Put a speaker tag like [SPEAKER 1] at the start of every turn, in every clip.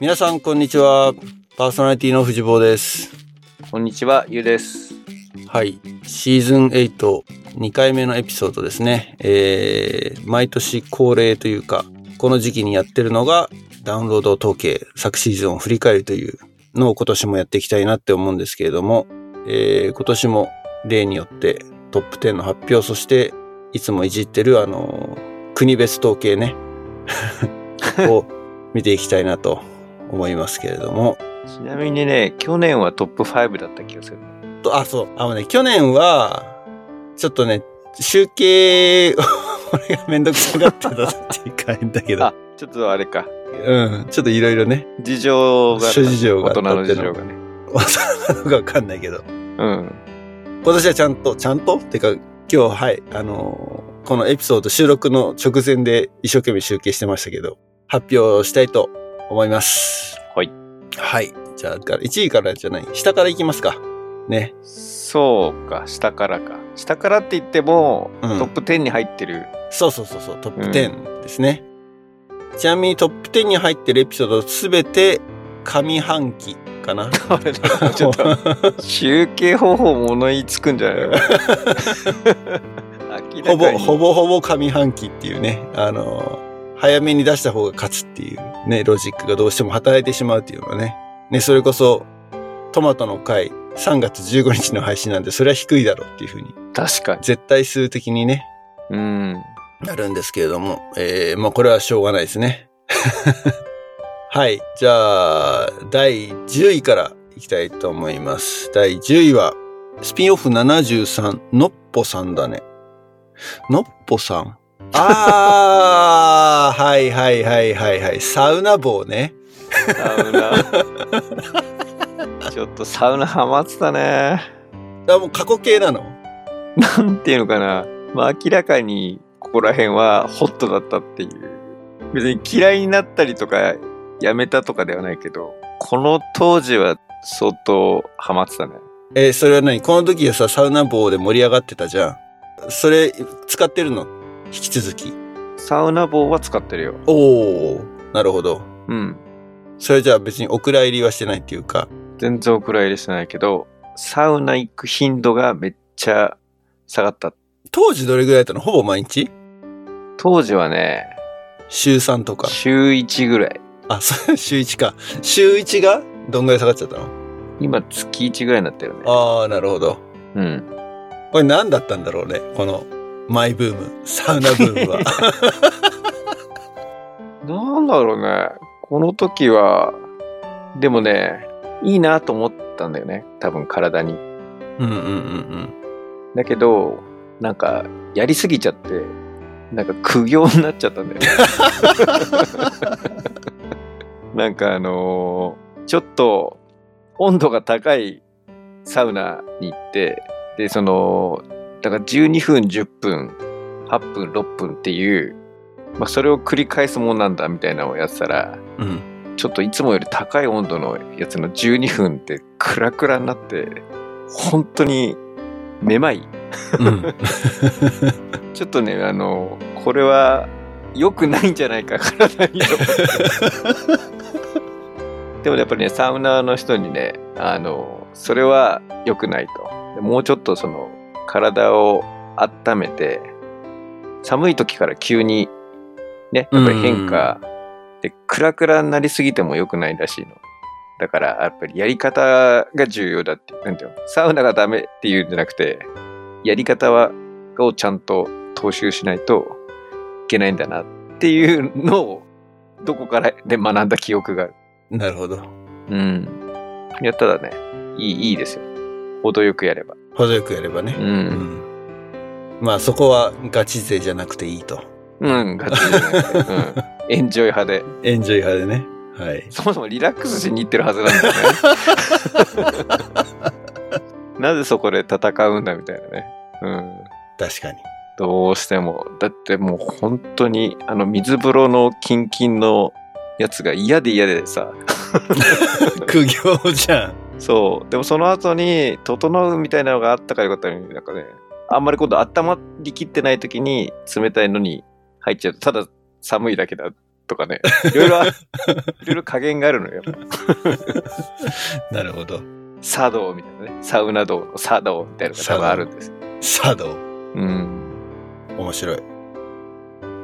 [SPEAKER 1] 皆さんこんにちはパーソナリティの藤坊です
[SPEAKER 2] こんにちは、ゆうです。
[SPEAKER 1] はいシーズン82回目のエピソードですねえー、毎年恒例というかこの時期にやってるのがダウンロード統計昨シーズンを振り返るというのを今年もやっていきたいなって思うんですけれども、えー、今年も例によってトップ10の発表そしていつもいじってるあの国別統計ね を見ていきたいなと思いますけれども
[SPEAKER 2] ちなみにね、去年はトップ5だった気がする。
[SPEAKER 1] と、あ、そう。あのね、去年は、ちょっとね、集計を、 俺がめんどくさがってたっていうか、変だけど
[SPEAKER 2] あ。、ちょっとあれか。
[SPEAKER 1] うん。ちょっといろいろね、
[SPEAKER 2] 事情があった。
[SPEAKER 1] 諸事情があ
[SPEAKER 2] 大
[SPEAKER 1] った
[SPEAKER 2] 人
[SPEAKER 1] っていうの
[SPEAKER 2] の事情がね。
[SPEAKER 1] なのかわかんないけど。
[SPEAKER 2] うん。
[SPEAKER 1] 今年はちゃんと、ちゃんとってか、今日、はい、あのーこのエピソード収録の直前で一生懸命集計してましたけど、発表したいと思います。
[SPEAKER 2] はい。
[SPEAKER 1] はい。じゃあ、1位からじゃない、下からいきますか。ね。
[SPEAKER 2] そうか、下からか。下からって言っても、
[SPEAKER 1] うん
[SPEAKER 2] トップ10に入ってる。
[SPEAKER 1] そうそうそうそう、トップ
[SPEAKER 2] うん
[SPEAKER 1] 10ですね。ちなみにトップ10に入ってるエピソードすべて上半期かな。
[SPEAKER 2] あれだ、 ちょ っと、集計方法物言いつくんじゃないの
[SPEAKER 1] ほ
[SPEAKER 2] 明ら
[SPEAKER 1] ぼ、
[SPEAKER 2] かに
[SPEAKER 1] ほぼほぼ上半期っていうね、あのー早めに出した方が勝つっていうね、ロジックがどうしても働いてしまうっていうのはね。ね、それこそ、トマトの回、3月15日の配信なんで、それは低いだろうっていうふうに、
[SPEAKER 2] 確かに。
[SPEAKER 1] 絶対数的にね、
[SPEAKER 2] うん。
[SPEAKER 1] なるんですけれども、えー、まあこれはしょうがないですね。 はい。じゃあ、第10位からいきたいと思います。第10位は、スピンオフ73、のっぽさんだね。のっぽさん。あー、 はいはいはいはいはい。サウナ棒ね。
[SPEAKER 2] サウ ナ。ちょっとサウナハマってたね。
[SPEAKER 1] あ、もう過去形なの
[SPEAKER 2] なんていうのかな、まあ、明らかにここら辺はホットだったっていう。別に嫌いになったりとか、やめたとかではないけど、この当時は相当ハマってたね。
[SPEAKER 1] えーそれは何この時はさ、サウナ棒で盛り上がってたじゃん。それ、使ってるの引き続き。
[SPEAKER 2] サウナ棒は使ってるよ。
[SPEAKER 1] おー、なるほど。
[SPEAKER 2] うん。
[SPEAKER 1] それじゃあ別にお蔵入りはしてないっていうか。
[SPEAKER 2] 全然お蔵入りしてないけど、サウナ行く頻度がめっちゃ下がった。
[SPEAKER 1] 当時どれぐらいだったのほぼ毎日
[SPEAKER 2] 当時はね、
[SPEAKER 1] 週3とか。
[SPEAKER 2] 週1ぐらい。
[SPEAKER 1] あ、 そう、週1か。週1がどんぐらい下がっちゃったの
[SPEAKER 2] 今月1ぐらいになったよね。
[SPEAKER 1] あー、なるほど。
[SPEAKER 2] うん。
[SPEAKER 1] これ何だったんだろうね。この、マイブーム、サウナブームは。
[SPEAKER 2] なんだろうね。この時は、でもね、いいなと思ったんだよね。多分体に。
[SPEAKER 1] うんうんうん
[SPEAKER 2] だけど、なんか、やりすぎちゃって、なんか苦行になっちゃったんだよね。なんかあのーちょっと温度が高いサウナに行って、で、その、だから12分、10分、8分、6分っていう、まあ、それを繰り返すもんなんだみたいなのをやってたら、
[SPEAKER 1] うん。うん。
[SPEAKER 2] ちょっといつもより高い温度のやつの12分ってクラクラになって、本当にめまい。
[SPEAKER 1] うん。
[SPEAKER 2] ちょっとね、あの、これは良くないんじゃないか、体にと思って。でもやっぱりね、サウナーの人にね、あの、それは良くないと。でもうちょっとその、体を温めて、寒い時から急に、ね、やっぱり変化、で、クラクラになりすぎても良くないらしいの。だから、やっぱりやり方が重要だって。なんていうのサウナがダメっていうんじゃなくて、やり方はをちゃんと踏襲しないといけないんだなっていうのをどこからで学んだ記憶がある。
[SPEAKER 1] なるほど。
[SPEAKER 2] うん。いやっただね、いい、いいですよ。程よくやれば。
[SPEAKER 1] 程よくやればね。
[SPEAKER 2] う。
[SPEAKER 1] うんん。まあそこはガチ勢じゃなくていいと。
[SPEAKER 2] うん、ガチじゃなくてうん。エンジョイ派で。
[SPEAKER 1] エンジョイ派でね。はい。
[SPEAKER 2] そもそもリラックスしに行ってるはずなんだよね。なぜそこで戦うんだみたいなね。うん。
[SPEAKER 1] 確かに。
[SPEAKER 2] どうしても。だってもう本当に、あの、水風呂のキンキンのやつが嫌で嫌でさ。
[SPEAKER 1] 苦行じゃん。
[SPEAKER 2] そう。でもその後に、整うみたいなのがあったからよかったのに、なんかね、あんまり今度温まりきってない時に冷たいのに入っちゃうと、ただ寒いだけだ とかね、いろいろあ、いろいろ加減があるのよ。
[SPEAKER 1] なるほど。
[SPEAKER 2] 茶道みたいなね、サウナ道の茶道みたいなのが多分あるんですよ。
[SPEAKER 1] 茶道。
[SPEAKER 2] うん。
[SPEAKER 1] 面白い。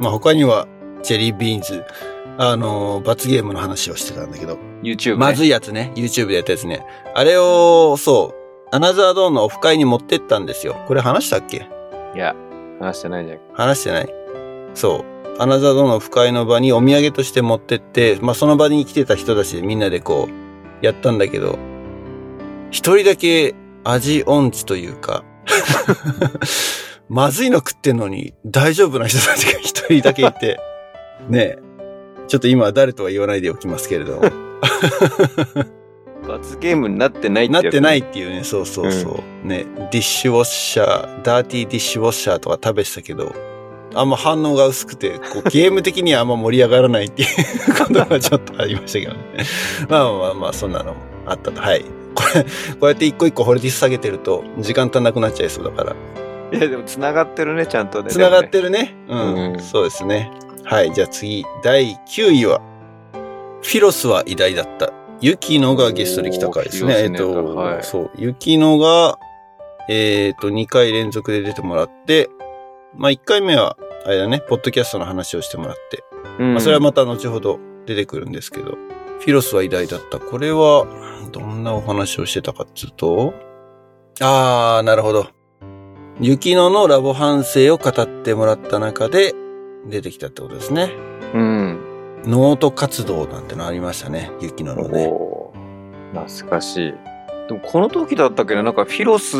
[SPEAKER 1] まあ他には、チェリービーンズ。あのー罰ゲームの話をしてたんだけど。
[SPEAKER 2] YouTube、ね。
[SPEAKER 1] まずいやつね。YouTube でやったやつね。あれを、そう、アナザードーンのオフ会に持ってったんですよ。これ話したっけ
[SPEAKER 2] いや、話してないじゃん。
[SPEAKER 1] 話してないそう。アナザードーンのオフ会の場にお土産として持ってって、まあその場に来てた人たちでみんなでこう、やったんだけど、一人だけ味音痴というか、 まずいの食ってんのに大丈夫な人たちが一人だけいて、ねえ、ちょっと今は誰とは言わないでおきますけれども、
[SPEAKER 2] 罰ゲームになってないって
[SPEAKER 1] な
[SPEAKER 2] や
[SPEAKER 1] っ
[SPEAKER 2] つ
[SPEAKER 1] てないっていうね、そうそうそう。ね、ディッシュウォッシャー、ダーティーディッシュウォッシャーとか食べてたけど、あんま反応が薄くて、こうゲーム的にはあんま盛り上がらないっていうことがちょっとありましたけどね。 まあまあまあ、そんなのもあったと。はい。これ、こうやって一個一個掘り下げてると、時間足んなくなっちゃいそうだから。
[SPEAKER 2] いや、でも繋がってるね、ちゃんとね。
[SPEAKER 1] つながってるね。うん、
[SPEAKER 2] うん
[SPEAKER 1] そうですね。はい。じゃあ次、第9位は、フィロスは偉大だった。ユキノがゲストで来た回ですね。
[SPEAKER 2] おー
[SPEAKER 1] えっ、
[SPEAKER 2] フィロスね
[SPEAKER 1] と、
[SPEAKER 2] はい
[SPEAKER 1] そう。ユキノが、えっ、と、2回連続で出てもらって、まあ1回目は、あれだね、ポッドキャストの話をしてもらって、
[SPEAKER 2] でもね、うん
[SPEAKER 1] まあそれはまた後ほど出てくるんですけど、フィロスは偉大だった。これは、どんなお話をしてたかっつうと、あー、なるほど。雪乃のラボ反省を語ってもらった中で出てきたってことですね。
[SPEAKER 2] うん。
[SPEAKER 1] ノート活動なんてのありましたね。雪乃のね。
[SPEAKER 2] おー懐かしい。でも、この時だったっけど、なんかフィロス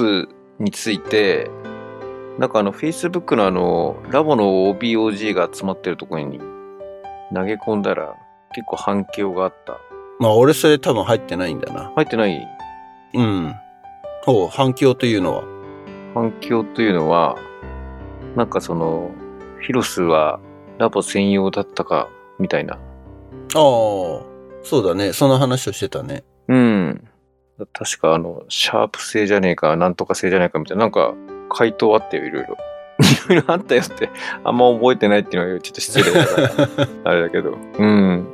[SPEAKER 2] について、なんかあの、Facebook のあの、ラボの OBOG が集まってるところに投げ込んだら、結構反響があった。
[SPEAKER 1] まあ俺それ多分入ってないんだな。
[SPEAKER 2] 入ってない
[SPEAKER 1] うん。ほう、反響というのは。
[SPEAKER 2] 反響というのは、なんかその、フィロスはラボ専用だったか、みたいな。
[SPEAKER 1] ああ、そうだね。その話をしてたね。
[SPEAKER 2] うん。確かあの、シャープ製じゃねえか、なんとか製じゃねえかみたいな、なんか回答あったよ、いろいろ。 いろいろあったよって、あんま覚えてないっていうのはちょっと失礼だ から、あれだけど。うん。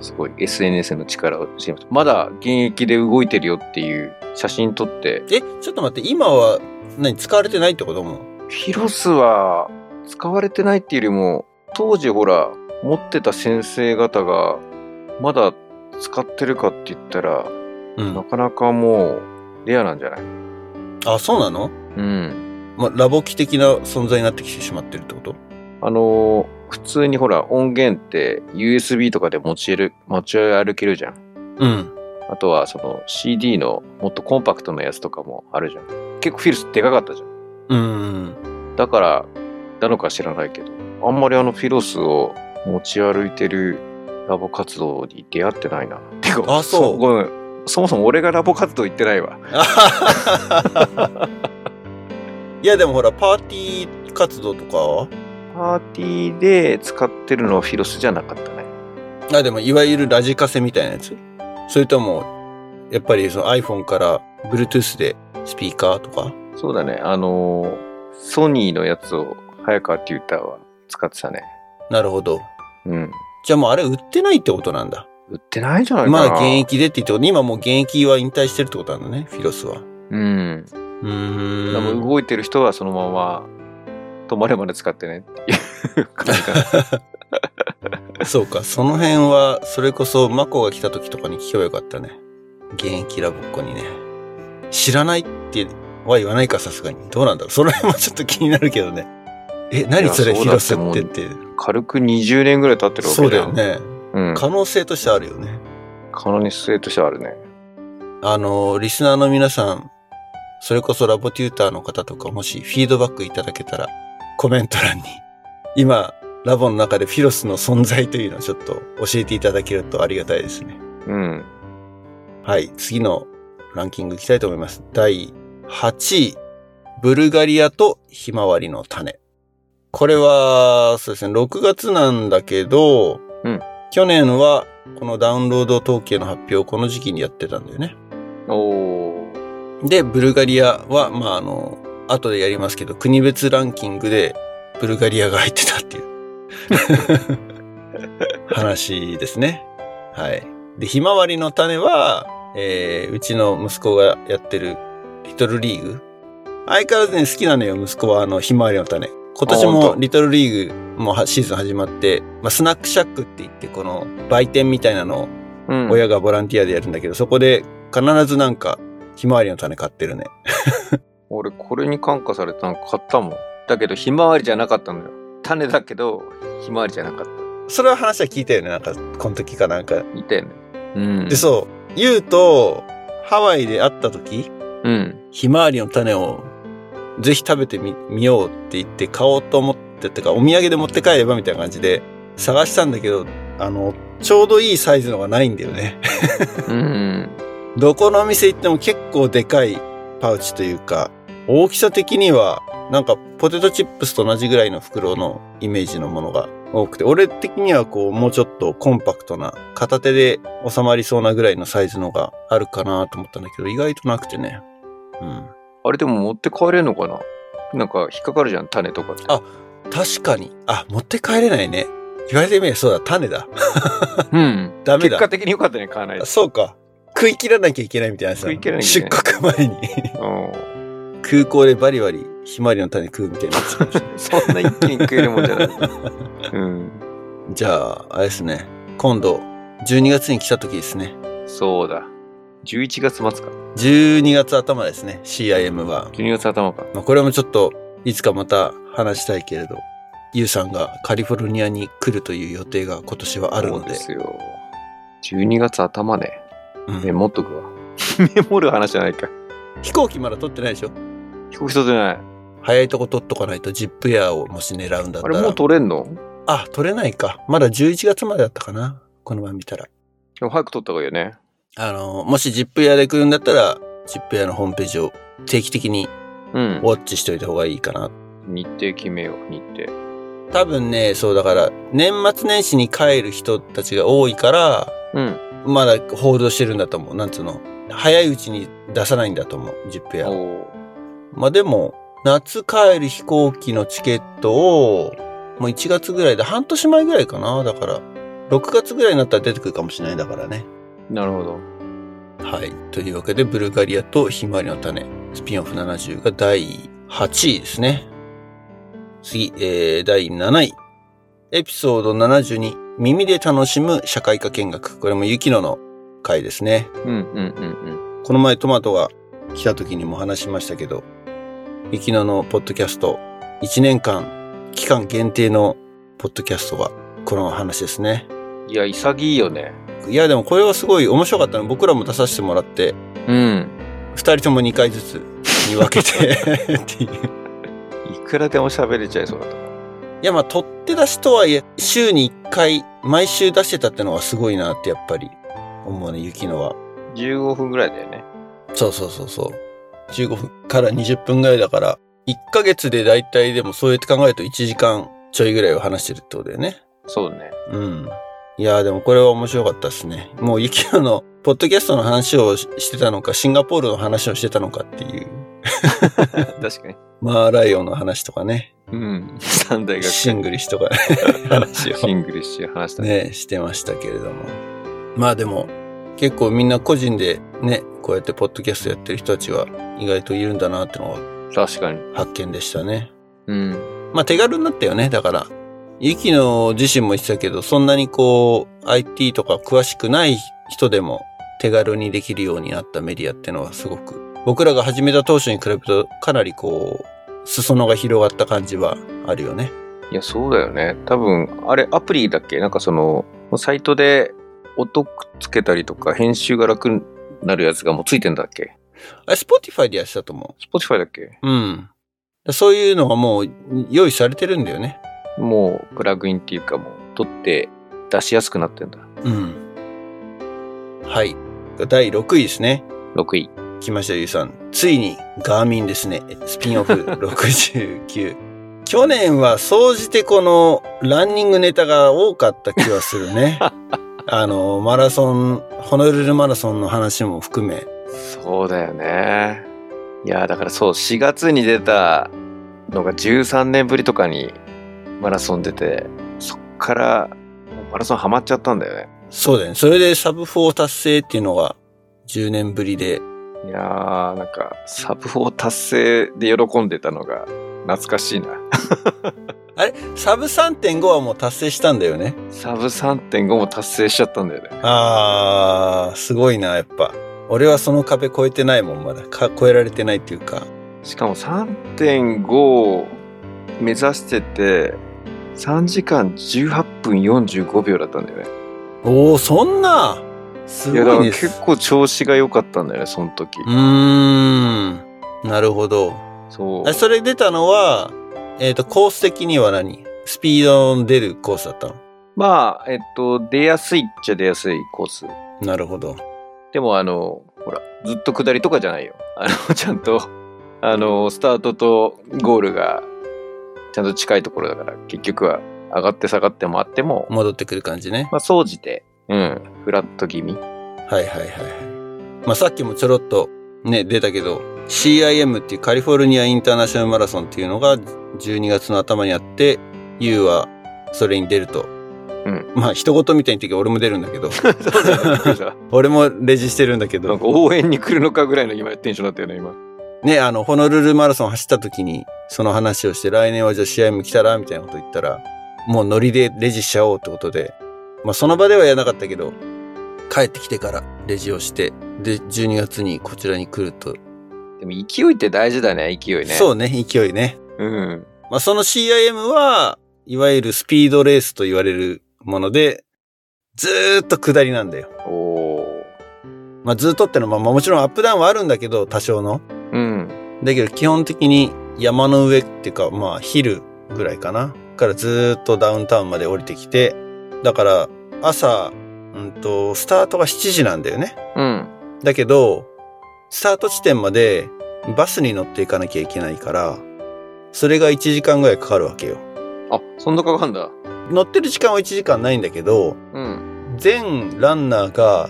[SPEAKER 2] すごい SNS の力を知りました。まだ現役で動いてるよっていう写真撮って、
[SPEAKER 1] え、ちょっと待って、今は何使われてないってこともう
[SPEAKER 2] フィロスは使われてないっていうよりも、当時ほら、持ってた先生方が、まだ使ってるかって言ったら、
[SPEAKER 1] う。
[SPEAKER 2] なんかなかもう、レアなんじゃない
[SPEAKER 1] あ、そうなの
[SPEAKER 2] うん。
[SPEAKER 1] まあ、ラボ機的な存在になってきてしまってるってこと
[SPEAKER 2] あのー普通にほら、音源って USB とかで持ちえる、持ち歩けるじゃん。
[SPEAKER 1] うん。
[SPEAKER 2] あとは、その CD のもっとコンパクトなやつとかもあるじゃん。結構フィロスでかかったじゃん。
[SPEAKER 1] うん。
[SPEAKER 2] だから、なのか知らないけど、あんまりあのフィロスを持ち歩いてるラボ活動に出会ってないな。てか、
[SPEAKER 1] あそう
[SPEAKER 2] ごめん。そもそも俺がラボ活動行ってないわ。
[SPEAKER 1] いや、でもほら、パーティー活動とかは
[SPEAKER 2] パーティーで使ってるのはフィロスじゃなかったね。
[SPEAKER 1] あ、でも、いわゆるラジカセみたいなやつそれとも、やっぱりその iPhone から Bluetooth でスピーカーとか
[SPEAKER 2] そうだね。あのーソニーのやつを早川テューターは使ってたね。
[SPEAKER 1] なるほど。
[SPEAKER 2] うん。
[SPEAKER 1] じゃあもうあれ売ってないってことなんだ。
[SPEAKER 2] 売ってないんじゃないかな。
[SPEAKER 1] まあ現。役でって言ってことね今もう現役は引退してるってことなんだね、フィロスは。う
[SPEAKER 2] うん。
[SPEAKER 1] ーん。
[SPEAKER 2] でも動いてる人はそのまま、止まれまで使ってね っていう感じかな。
[SPEAKER 1] そうか、その辺は、それこそ、マコが来た時とかに聞けばよかったね。現役ラボっ子にね。知らないっては言わないか、さすがに。どうなんだろう。その辺もちょっと気になるけどね。え、何それ、
[SPEAKER 2] い
[SPEAKER 1] ヒ
[SPEAKER 2] やそうだ
[SPEAKER 1] ロ
[SPEAKER 2] って
[SPEAKER 1] ス
[SPEAKER 2] も
[SPEAKER 1] っ
[SPEAKER 2] う
[SPEAKER 1] てって。
[SPEAKER 2] 軽く20年ぐらい経ってるわけじゃ
[SPEAKER 1] そ
[SPEAKER 2] ん
[SPEAKER 1] うだよ。ね。
[SPEAKER 2] うん。
[SPEAKER 1] 可能性としてあるよね。
[SPEAKER 2] 可能性としてはあるね。
[SPEAKER 1] あの、リスナーの皆さん、それこそラボテューターの方とか、もしフィードバックいただけたら、コメント欄に、今、ラボの中でフィロスの存在というのをちょっと教えていただけるとありがたいですね。
[SPEAKER 2] うん。
[SPEAKER 1] はい、次のランキングいきたいと思います。第8位、ブルガリアとひまわりの種。これは、そうですね、6月なんだけど、
[SPEAKER 2] うん
[SPEAKER 1] 去年はこのダウンロード統計の発表をこの時期にやってたんだよね。
[SPEAKER 2] おー。
[SPEAKER 1] で、ブルガリアは、まあ、あの、後でやりますけど、国 別ランキングでブルガリアが入ってたっていう。話ですね。はい。で、ひまわりの種は、えー、うちの息子がやってるリトルリーグ。相変わらずね、好きなのよ、息子は、あの、ひまわりの種。今年
[SPEAKER 2] あ本
[SPEAKER 1] も
[SPEAKER 2] 当
[SPEAKER 1] リトルリーグもはシーズン始まって、まあ、スナックシャックって言って、この売店みたいなのを
[SPEAKER 2] うん
[SPEAKER 1] 親がボランティアでやるんだけど、そこで必ずなんか、ひまわりの種買ってるね。
[SPEAKER 2] 俺これに感化されたの買ったもんだけどひまわりじゃなかったのよ種だけどひまわりじゃなかっ
[SPEAKER 1] それは話は聞いたよね、なんか、この時かなんか。
[SPEAKER 2] たいたよねうん
[SPEAKER 1] で、そう、言うと、ハワイで会った時、
[SPEAKER 2] うん
[SPEAKER 1] ひまわりの種をぜひ食べてみ見ようって言って買おうと思っててかお土産で持って帰ればみたいな感じで探したんだけどあのちょうどいいサイズのがないんだよね
[SPEAKER 2] うん
[SPEAKER 1] どこのお店行っても結構でかいパウチというか大きさ的にはなんかポテトチップスと同じぐらいの袋のイメージのものが多くて俺的にはこうもうちょっとコンパクトな片手で収まりそうなぐらいのサイズのがあるかなと思ったんだけど意外となくてねうん
[SPEAKER 2] あれでも持って帰れんのかななんか引っかかるじゃん種とかって
[SPEAKER 1] あ確かに。あ、持って帰れないね。言われてみればそうだ、種だ。
[SPEAKER 2] うん
[SPEAKER 1] ダメ
[SPEAKER 2] 結果
[SPEAKER 1] だ。
[SPEAKER 2] 的に良かったね買わないで
[SPEAKER 1] そうか。食い切らなきゃいけないみたいなさ。
[SPEAKER 2] 食い切らなきゃいけ
[SPEAKER 1] 出国前に。
[SPEAKER 2] う
[SPEAKER 1] 空港でバリバリ、ひまわりの種食うみたいなやつかもしれない。
[SPEAKER 2] んそんな一気に食えるもんじ ゃないうん
[SPEAKER 1] じゃあ、あれですね。今度、12月に来た時ですね。
[SPEAKER 2] そうだ11月末か
[SPEAKER 1] 12月頭ですね。CIM は。
[SPEAKER 2] 12月頭か
[SPEAKER 1] まあ、これもちょっと、いつかまた話したいけれど、ゆうさんがカリフォルニアに来るという予定が今年はあるの
[SPEAKER 2] そう
[SPEAKER 1] で。
[SPEAKER 2] ですよ12月頭ね
[SPEAKER 1] うん
[SPEAKER 2] メモっとくわ メモる話じゃないか
[SPEAKER 1] 飛行機まだ取ってないでしょ
[SPEAKER 2] 飛行機取ってない
[SPEAKER 1] 早いとこ取っとかないとジップエアをもし狙うんだっ
[SPEAKER 2] あ
[SPEAKER 1] た
[SPEAKER 2] れ
[SPEAKER 1] ら。
[SPEAKER 2] もう取れんの
[SPEAKER 1] あ、取れないか。まだ11月までだったかな。この前見たら。
[SPEAKER 2] でも早く取った方がいいよね
[SPEAKER 1] あの、もしジップエアで来るんだったら、ジップエアのホームページを定期的に
[SPEAKER 2] うん
[SPEAKER 1] ウォッチしといた方がいいかな。
[SPEAKER 2] 日程決めよう日程
[SPEAKER 1] 多分ね、そうだから、年末年始に帰る人たちが多いから、
[SPEAKER 2] うん
[SPEAKER 1] まだ報道してるんだと思う。なんつうの。早いうちに出さないんだと思う、ジップエアを。
[SPEAKER 2] おー
[SPEAKER 1] まあでも、夏帰る飛行機のチケットを、もう1月ぐらいで、半年前ぐらいかな。だから、6月ぐらいになったら出てくるかもしれない。だからね。
[SPEAKER 2] なるほど
[SPEAKER 1] はい。というわけで、ブルガリアとひまわりの種、スピンオフ70が第8位ですね。次、えー、第7位。エピソード72、耳で楽しむ社会科見学。これも雪野の回ですね。
[SPEAKER 2] うんうんうん
[SPEAKER 1] この前トマトが来た時にも話しましたけど、雪野のポッドキャスト、1年間、期間限定のポッドキャストが、この話ですね。
[SPEAKER 2] うんいや潔いよね
[SPEAKER 1] いや、でもこれはすごい面白かったの。僕らも出させてもらって、
[SPEAKER 2] うん
[SPEAKER 1] 二人とも2回ずつに分けてって いう。
[SPEAKER 2] いくらでも喋れちゃいそうだった
[SPEAKER 1] いや、まあ、取って出しとはいえ、週に1回、毎週出してたってのはすごいなってやっぱり思うね、雪乃は。
[SPEAKER 2] 15分ぐらいだよね
[SPEAKER 1] そうそうそうそう。15分から20分ぐらいだから、1ヶ月で大体でもそうやって考えると1時間ちょいぐらいを話してるってことだよね。
[SPEAKER 2] そうだね
[SPEAKER 1] うん。いやーでもこれは面白かったですね。もうユキノのポッドキャストの話をししてたのか、シンガポールの話をしてたのかっていう。
[SPEAKER 2] 確かに
[SPEAKER 1] マーライオンの話とかね、
[SPEAKER 2] うん三大学
[SPEAKER 1] シングリッシュとか、 話を
[SPEAKER 2] シングルし話したね
[SPEAKER 1] ね、してましたけれども。まあでも、結構みんな個人でね、こうやってポッドキャストやってる人たちは意外といるんだなってのは
[SPEAKER 2] 確かに
[SPEAKER 1] 発見でしたね。
[SPEAKER 2] うん
[SPEAKER 1] まあ手軽になったよね、だから。ユキノ自身も言ってたけど、そんなにこう、IT とか詳しくない人でも手軽にできるようになったメディアってのはすごく、僕らが始めた当初に比べるとかなりこう、裾野が広がった感じはあるよね。
[SPEAKER 2] いやそうだよね多分あれアプリだっけなんかそのサイトで音くっつけたりとか編集が楽になるやつがもうついてんだっけ
[SPEAKER 1] あれ、Spotify でやってたと思
[SPEAKER 2] Spotify だっけ
[SPEAKER 1] う。うん。そういうのがもう用意されてるんだよね。
[SPEAKER 2] もうプラグインっていうかもう取って出しやすくなってんだ
[SPEAKER 1] うん。はい。第6位ですね。
[SPEAKER 2] 6位
[SPEAKER 1] 来ましたよ、ゆうさん。ついに、ガーミンですね。スピンオフ 69。去年は、総じてこの、ランニングネタが多かった気はする ね。あの、マラソン、ホノルルマラソンの話も含め。
[SPEAKER 2] そうだよねいやだからそう4月に出たのが13年ぶりとかにマラソン出てそっからマラソンハマっちゃったんだよね。
[SPEAKER 1] そうだね。それでサブ4達成っていうのが10年ぶりで、
[SPEAKER 2] いやー、なんか、サブ4達成で喜んでたのが懐かしいな。
[SPEAKER 1] あれサブ3.5はもう達成したんだよね。
[SPEAKER 2] サブ3.5も達成しちゃったんだよね。
[SPEAKER 1] あー、すごいな、やっぱ。俺はその壁越えてないもん、まだ。か越えられてないっていうか。
[SPEAKER 2] しかも3.5を目指してて、3時間18分45秒だったんだよね。
[SPEAKER 1] おー、そんなす
[SPEAKER 2] いや、だ
[SPEAKER 1] ご
[SPEAKER 2] か
[SPEAKER 1] い
[SPEAKER 2] ら
[SPEAKER 1] です。
[SPEAKER 2] 結構調子が良かったんだよね、その時。
[SPEAKER 1] うーん。なるほど。
[SPEAKER 2] そう
[SPEAKER 1] あ。それ出たのは、えっ、と、コース的には何スピードの出るコースだったの
[SPEAKER 2] まあ、えっと、出やすいっちゃ出やすいコース。
[SPEAKER 1] なるほど。
[SPEAKER 2] でも、あの、ほら、ずっと下りとかじゃないよ。あの、 ちゃんと、あの、スタートとゴールが、ちゃんと近いところだから、結局は、上がって下がってもあっても、
[SPEAKER 1] 戻ってくる感じね。
[SPEAKER 2] まあ、総じて、うん、フラット気味。
[SPEAKER 1] はいはいはいはい。まあさっきもちょろっとね、出たけど、CIM っていうカリフォルニアインターナショナルマラソンっていうのが12月の頭にあって、ユウはそれに出ると。
[SPEAKER 2] ん
[SPEAKER 1] まあ人事みたいに言ってるけど俺も出るんだけど、
[SPEAKER 2] そうだよねびっくりした
[SPEAKER 1] 俺もレジしてるんだけ
[SPEAKER 2] な
[SPEAKER 1] ど、
[SPEAKER 2] んか応援に来るのかぐらいの今テンションだったよね、今。
[SPEAKER 1] ね、あの、ホノルルマラソン走った時にその話をして、来年はじゃあ CIM 来たらみたいなこと言ったら、もうノリでレジしちゃおうってことで、まあその場ではやらなかったけど、帰ってきてからレジをして、で、12月にこちらに来ると
[SPEAKER 2] でも、勢いって大事だね、勢いね。。
[SPEAKER 1] そううね、勢いね。
[SPEAKER 2] うん。
[SPEAKER 1] まあ、その CIM は、いわゆるスピードレースと言われるもので、ずーっと下りなんだよ。
[SPEAKER 2] おー。
[SPEAKER 1] まあ、ずーっとってのは、まあ、もちろんアップダウンはあるんだけど、多少の。
[SPEAKER 2] うん。
[SPEAKER 1] だけど、基本的に山の上っていうか、まあ、ヒルぐらいかな。からずーっとダウンタウンまで降りてきて、だから、朝、うんと、スタートが7時なんだよね。
[SPEAKER 2] うん。
[SPEAKER 1] だけど、スタート地点までバスに乗っていかなきゃいけないから、それが1時間ぐらいかかるわけよ。
[SPEAKER 2] あ、そんなかかんだ。
[SPEAKER 1] 乗ってる時間は1時間ないんだけど、
[SPEAKER 2] うん。
[SPEAKER 1] 全ランナーが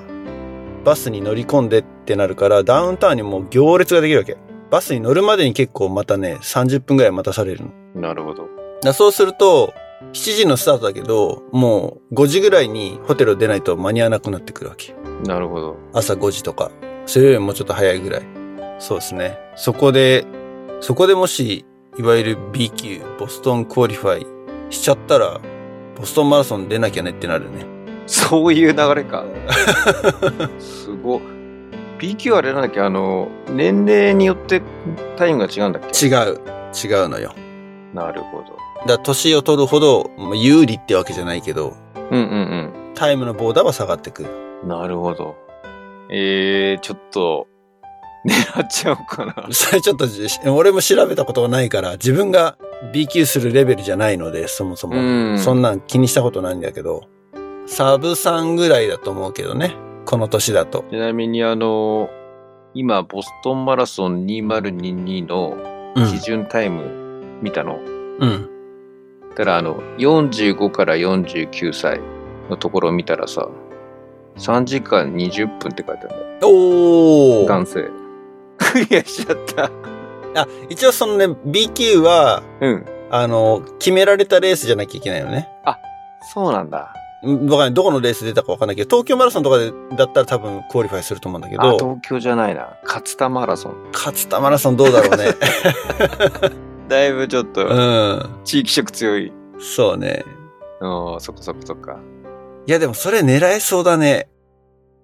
[SPEAKER 1] バスに乗り込んでってなるから、ダウンタウンにもう行列ができるわけ。バスに乗るまでに結構またね、30分ぐらい待たされるの。
[SPEAKER 2] なるほど。
[SPEAKER 1] だそうすると、7時のスタートだけど、もう5時ぐらいにホテルを出ないと間に合わなくなってくるわけ。
[SPEAKER 2] なるほど。
[SPEAKER 1] 朝5時とか。それよりもちょっと早いぐらい。そうですね。そこで、そこでもし、いわゆる B 級、ボストンクオリファイしちゃったら、ボストンマラソン出なきゃねってなるね。
[SPEAKER 2] そういう流れか。すごっ。PQ あれなんだっけあの、年齢によってタイムが違うんだっけ
[SPEAKER 1] 違う。違うのよ。
[SPEAKER 2] なるほど。
[SPEAKER 1] だから年を取るほど、まあ有利ってわけじゃないけど、
[SPEAKER 2] うんうん
[SPEAKER 1] タイムのボーダーは下がってくる。
[SPEAKER 2] うん。なるほど。えー、ちょっと、狙っちゃおうかな。
[SPEAKER 1] それちょっとじ、俺も調べたことがないから、自分が B 級するレベルじゃないので、そもそも。
[SPEAKER 2] うん。
[SPEAKER 1] そんなん気にしたことないんだけど、サブ3ぐらいだと思うけどね。この年だと。
[SPEAKER 2] ちなみにあの、今、ボストンマラソン2022の
[SPEAKER 1] う
[SPEAKER 2] 基準タイム見たの、
[SPEAKER 1] うん。
[SPEAKER 2] たらあの45から49歳のところを見たらさ3時間20分って書いてあるね
[SPEAKER 1] おー
[SPEAKER 2] 男 性クリアしちゃった
[SPEAKER 1] あ、一応そのね、B 級は、
[SPEAKER 2] うん
[SPEAKER 1] あの、決められたレースじゃなきゃいけないよね。
[SPEAKER 2] そうなんだ
[SPEAKER 1] うんわかんない。どこのレース出たかわかんないけど、東京マラソンとかでだったら多分クオリファイすると思うんだけ
[SPEAKER 2] あ
[SPEAKER 1] ど、
[SPEAKER 2] 東京じゃないな勝田マラソン
[SPEAKER 1] 勝田マラソンどうだろ うね。
[SPEAKER 2] だいぶちょっと
[SPEAKER 1] う
[SPEAKER 2] 地域色強い
[SPEAKER 1] ん。そうね。
[SPEAKER 2] うんそっかそっかそっか
[SPEAKER 1] いやでもそれ狙えそうだね。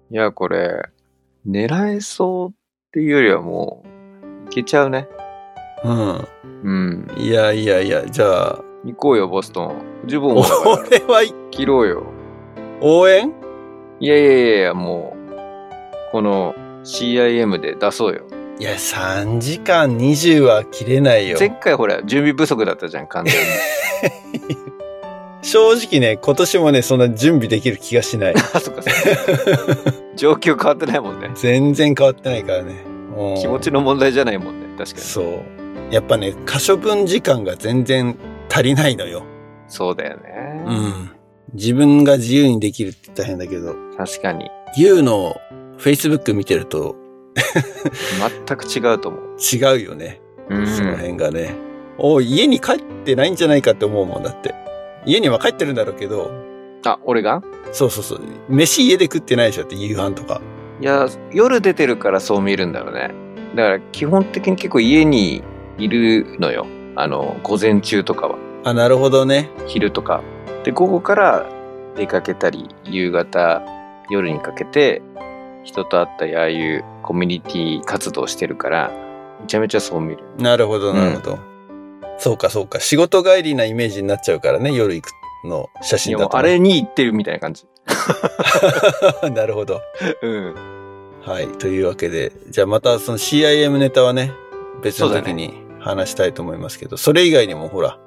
[SPEAKER 2] いやこれ狙えそうっていうよりはもういけちゃうね
[SPEAKER 1] うん。
[SPEAKER 2] うん
[SPEAKER 1] いやいやいや、じゃあ、
[SPEAKER 2] 行こうよボストン ジュボンも
[SPEAKER 1] 俺はい
[SPEAKER 2] 切ろうよ
[SPEAKER 1] 応援
[SPEAKER 2] いやいやいやいや、もう、この CIM で出そうよ。
[SPEAKER 1] いや、3時間20は切れないよ。
[SPEAKER 2] 前回ほら、準備不足だったじゃん、完全に。
[SPEAKER 1] 正直ね、今年もね、そんな準備できる気がしない。
[SPEAKER 2] あ、そっかそっか。状況変わってないもんね。
[SPEAKER 1] 全然変わってないからね。うん
[SPEAKER 2] 気持ちの問題じゃないもんね、確かに。
[SPEAKER 1] そう。やっぱね、可処分時間が全然足りないのよ。
[SPEAKER 2] そうだよ
[SPEAKER 1] う
[SPEAKER 2] ね。
[SPEAKER 1] ん。自分が自由にできるって大変だけど、
[SPEAKER 2] 確かに。
[SPEAKER 1] ユウの Facebook 見てると
[SPEAKER 2] 全く違うと思う。
[SPEAKER 1] 違うよね。
[SPEAKER 2] うん
[SPEAKER 1] その辺がね。おい家に帰ってないんじゃないかって思うもんだって。家には帰ってるんだろうけど、
[SPEAKER 2] あ、俺が
[SPEAKER 1] そうそうそう。飯家で食ってないでしょだって夕飯とか。
[SPEAKER 2] いや、夜出てるからそう見えるんだろうね。だから基本的に結構家にいるのよ。あの、午前中とかは。
[SPEAKER 1] あ、なるほどね。
[SPEAKER 2] 昼とか。で、午後から出かけたり、夕方、夜にかけて、人と会ったり、ああいうコミュニティ活動してるから、めちゃめちゃそう見る。
[SPEAKER 1] なるほど、なるほど。そうか、そうか。仕事帰りなイメージになっちゃうからね、夜行くの写
[SPEAKER 2] い
[SPEAKER 1] 真
[SPEAKER 2] や
[SPEAKER 1] だ
[SPEAKER 2] もう
[SPEAKER 1] と。
[SPEAKER 2] あれに行ってるみたいな感じ。
[SPEAKER 1] なるほど。
[SPEAKER 2] うん。
[SPEAKER 1] はい。というわけで、じゃあまたその CIM ネタはね、別の時に話したいと思いますけど、そ,、れ以外にもほら、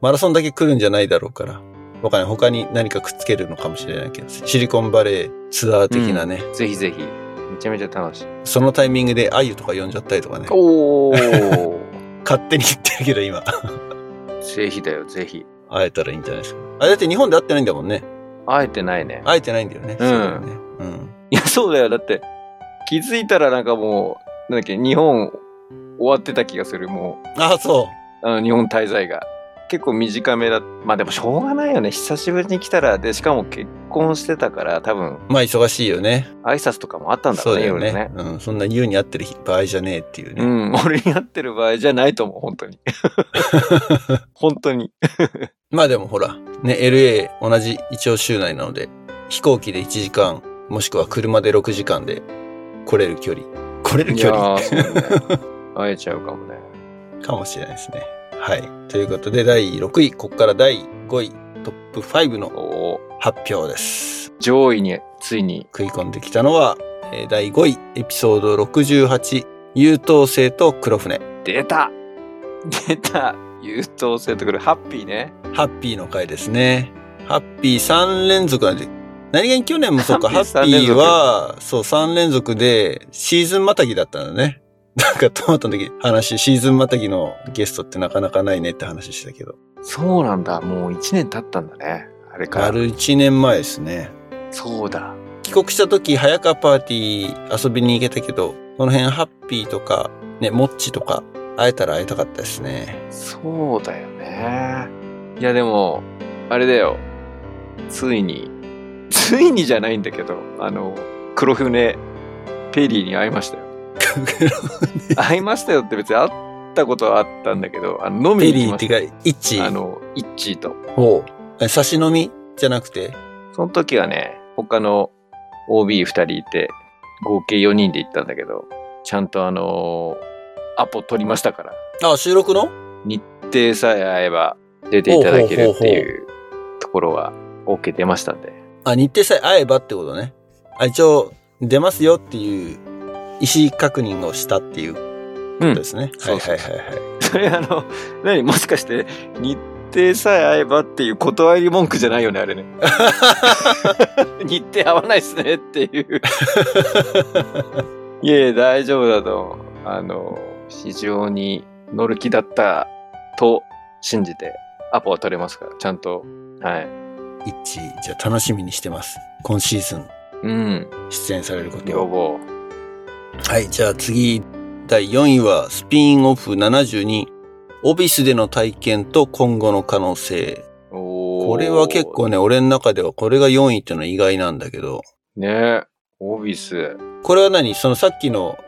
[SPEAKER 1] マラソンだけ来るんじゃないだろうから、わかんない。他に何かくっつけるのかもしれないけど、シリコンバレーツアー的なね、
[SPEAKER 2] ぜひぜひ。めちゃめちゃ楽しい。
[SPEAKER 1] そのタイミングでアユとか呼んじゃったりとかね、
[SPEAKER 2] おー。
[SPEAKER 1] 勝手に言ってるけど今、
[SPEAKER 2] ぜひだよ、ぜひ。
[SPEAKER 1] 会えたらいいんじゃないですか。あれだって日本で会ってないんだもんね。
[SPEAKER 2] 会えてないね。
[SPEAKER 1] 会えてないんだよね。
[SPEAKER 2] うん
[SPEAKER 1] そうだよね。うん。
[SPEAKER 2] いや、そうだよ。だって、気づいたらなんかもう、なんだっけ、日本終わってた気がする、も
[SPEAKER 1] ああ、そう。
[SPEAKER 2] う。あの、日本滞在が。結構短めだ。まあでもしょうがないよね。久しぶりに来たら、で、しかも結婚してたから、多分、
[SPEAKER 1] まあ忙しいよね。
[SPEAKER 2] 挨拶とかもあったんだろうね、
[SPEAKER 1] そうだ
[SPEAKER 2] 夜
[SPEAKER 1] よね
[SPEAKER 2] ね。
[SPEAKER 1] うん。そんな優に会ってる場合じゃねえっていうね。
[SPEAKER 2] うん、俺に会ってる場合じゃないと思う、本 当に。本当に。
[SPEAKER 1] まあでもほら、ね、LA 同じ一応州内なので、飛行機で1時間、もしくは車で6時間で来れる距離。来れる距離
[SPEAKER 2] いやーそうだね。会えちゃうかもね。
[SPEAKER 1] かもしれないですね。はい。ということで、第6位、ここから第5位、トップ5の
[SPEAKER 2] おー
[SPEAKER 1] 発表です。
[SPEAKER 2] 上位に、ついに。
[SPEAKER 1] 食い込んできたのは、えー第5位、エピソード68、優等生と黒船。
[SPEAKER 2] 出た出た優等生とこれハッピーね。
[SPEAKER 1] ハッピーの回ですね。ハッピー3連続なんで、何気に去年もそうか、ハ
[SPEAKER 2] ハ
[SPEAKER 1] ッ
[SPEAKER 2] ッ
[SPEAKER 1] ピ
[SPEAKER 2] ピー
[SPEAKER 1] ーは、そう、3連続で、シーズンまたぎだったんだね。なんか、トマトの時、話、シーズンまたぎのゲストってなかなかないねって話してたけど。
[SPEAKER 2] そうなんだ。もう1年経ったんだね。あれから。
[SPEAKER 1] 丸1年前ですね。
[SPEAKER 2] そうだ。
[SPEAKER 1] 帰国した時、早川パーティー遊びに行けたけど、この辺、ハッピーとか、ね、モッチとか、会えたら会いたかったですね。
[SPEAKER 2] そうだよね。いやでも、あれだよ。ついに、ついにじゃないんだけど、あの、黒船、ペリーに会いましたよ。 会いましたよって別に会ったことはあったんだけど、あの飲み
[SPEAKER 1] ペ
[SPEAKER 2] に
[SPEAKER 1] リ
[SPEAKER 2] 行き
[SPEAKER 1] ーってい
[SPEAKER 2] まし
[SPEAKER 1] うか、イッチ
[SPEAKER 2] た。あの、イッチーと。
[SPEAKER 1] を、え差し飲みじゃなくて、
[SPEAKER 2] その時はね、他の OB2 人いて、合計4人で行ったんだけど、ちゃんとあのアポ取りましたから、
[SPEAKER 1] あ、収録の
[SPEAKER 2] でさえ会えば出ていただけるって
[SPEAKER 1] ほ
[SPEAKER 2] いうところは OK 出ましたんで。
[SPEAKER 1] あ、日程さえ合えばってことね。あ、一応、出ますよっていう、意思確認をしたっていうことですね。
[SPEAKER 2] うん
[SPEAKER 1] はいはいはいはい。
[SPEAKER 2] それ あの、何もしかして日程さえ会えばっていう断り文句じゃないよね、あれ ね。日程合わないっすねって いう。いえいえ、大丈夫だと思う。あの、非常に乗る気だったと信じてアポは取れますから、ちゃんと。はい。
[SPEAKER 1] 一致、じゃあ楽しみにしてます。今シーズン
[SPEAKER 2] うん。
[SPEAKER 1] 出演されること
[SPEAKER 2] 要
[SPEAKER 1] を。
[SPEAKER 2] 望。
[SPEAKER 1] はい、じゃあ次、第4位は、スピンオフ72、オフィスでの体験と今後の可能性。
[SPEAKER 2] おー
[SPEAKER 1] これは結構ね、俺の中ではこれが4位っていうのは意外なんだけど、
[SPEAKER 2] ねオービス。
[SPEAKER 1] これは何そのさっきの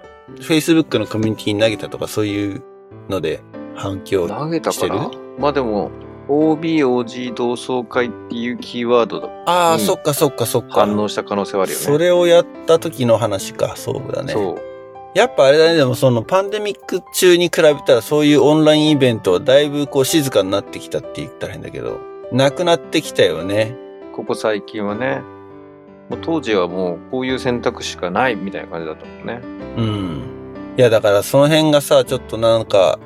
[SPEAKER 1] Facebook のコミュニティに投げたとかそういうので反響
[SPEAKER 2] 投げた
[SPEAKER 1] して
[SPEAKER 2] か
[SPEAKER 1] る
[SPEAKER 2] なまあでも、OBOG 同窓会っていうキーワードだ
[SPEAKER 1] ああ、
[SPEAKER 2] うん
[SPEAKER 1] そっかそっかそっか。
[SPEAKER 2] 反応した可能性はあるよね。
[SPEAKER 1] それをやった時の話か、そうだね。
[SPEAKER 2] そう。
[SPEAKER 1] やっぱあれだね、でもそのパンデミック中に比べたらそういうオンラインイベントはだいぶこう静かになってきたって言ったら変だけど、なくなってきたよね。
[SPEAKER 2] ここ最近はね。もう当時はもうこういう選択しかないみたいな感じだったもんね。
[SPEAKER 1] うん。いやだからその辺がさ、ちょっとなんか、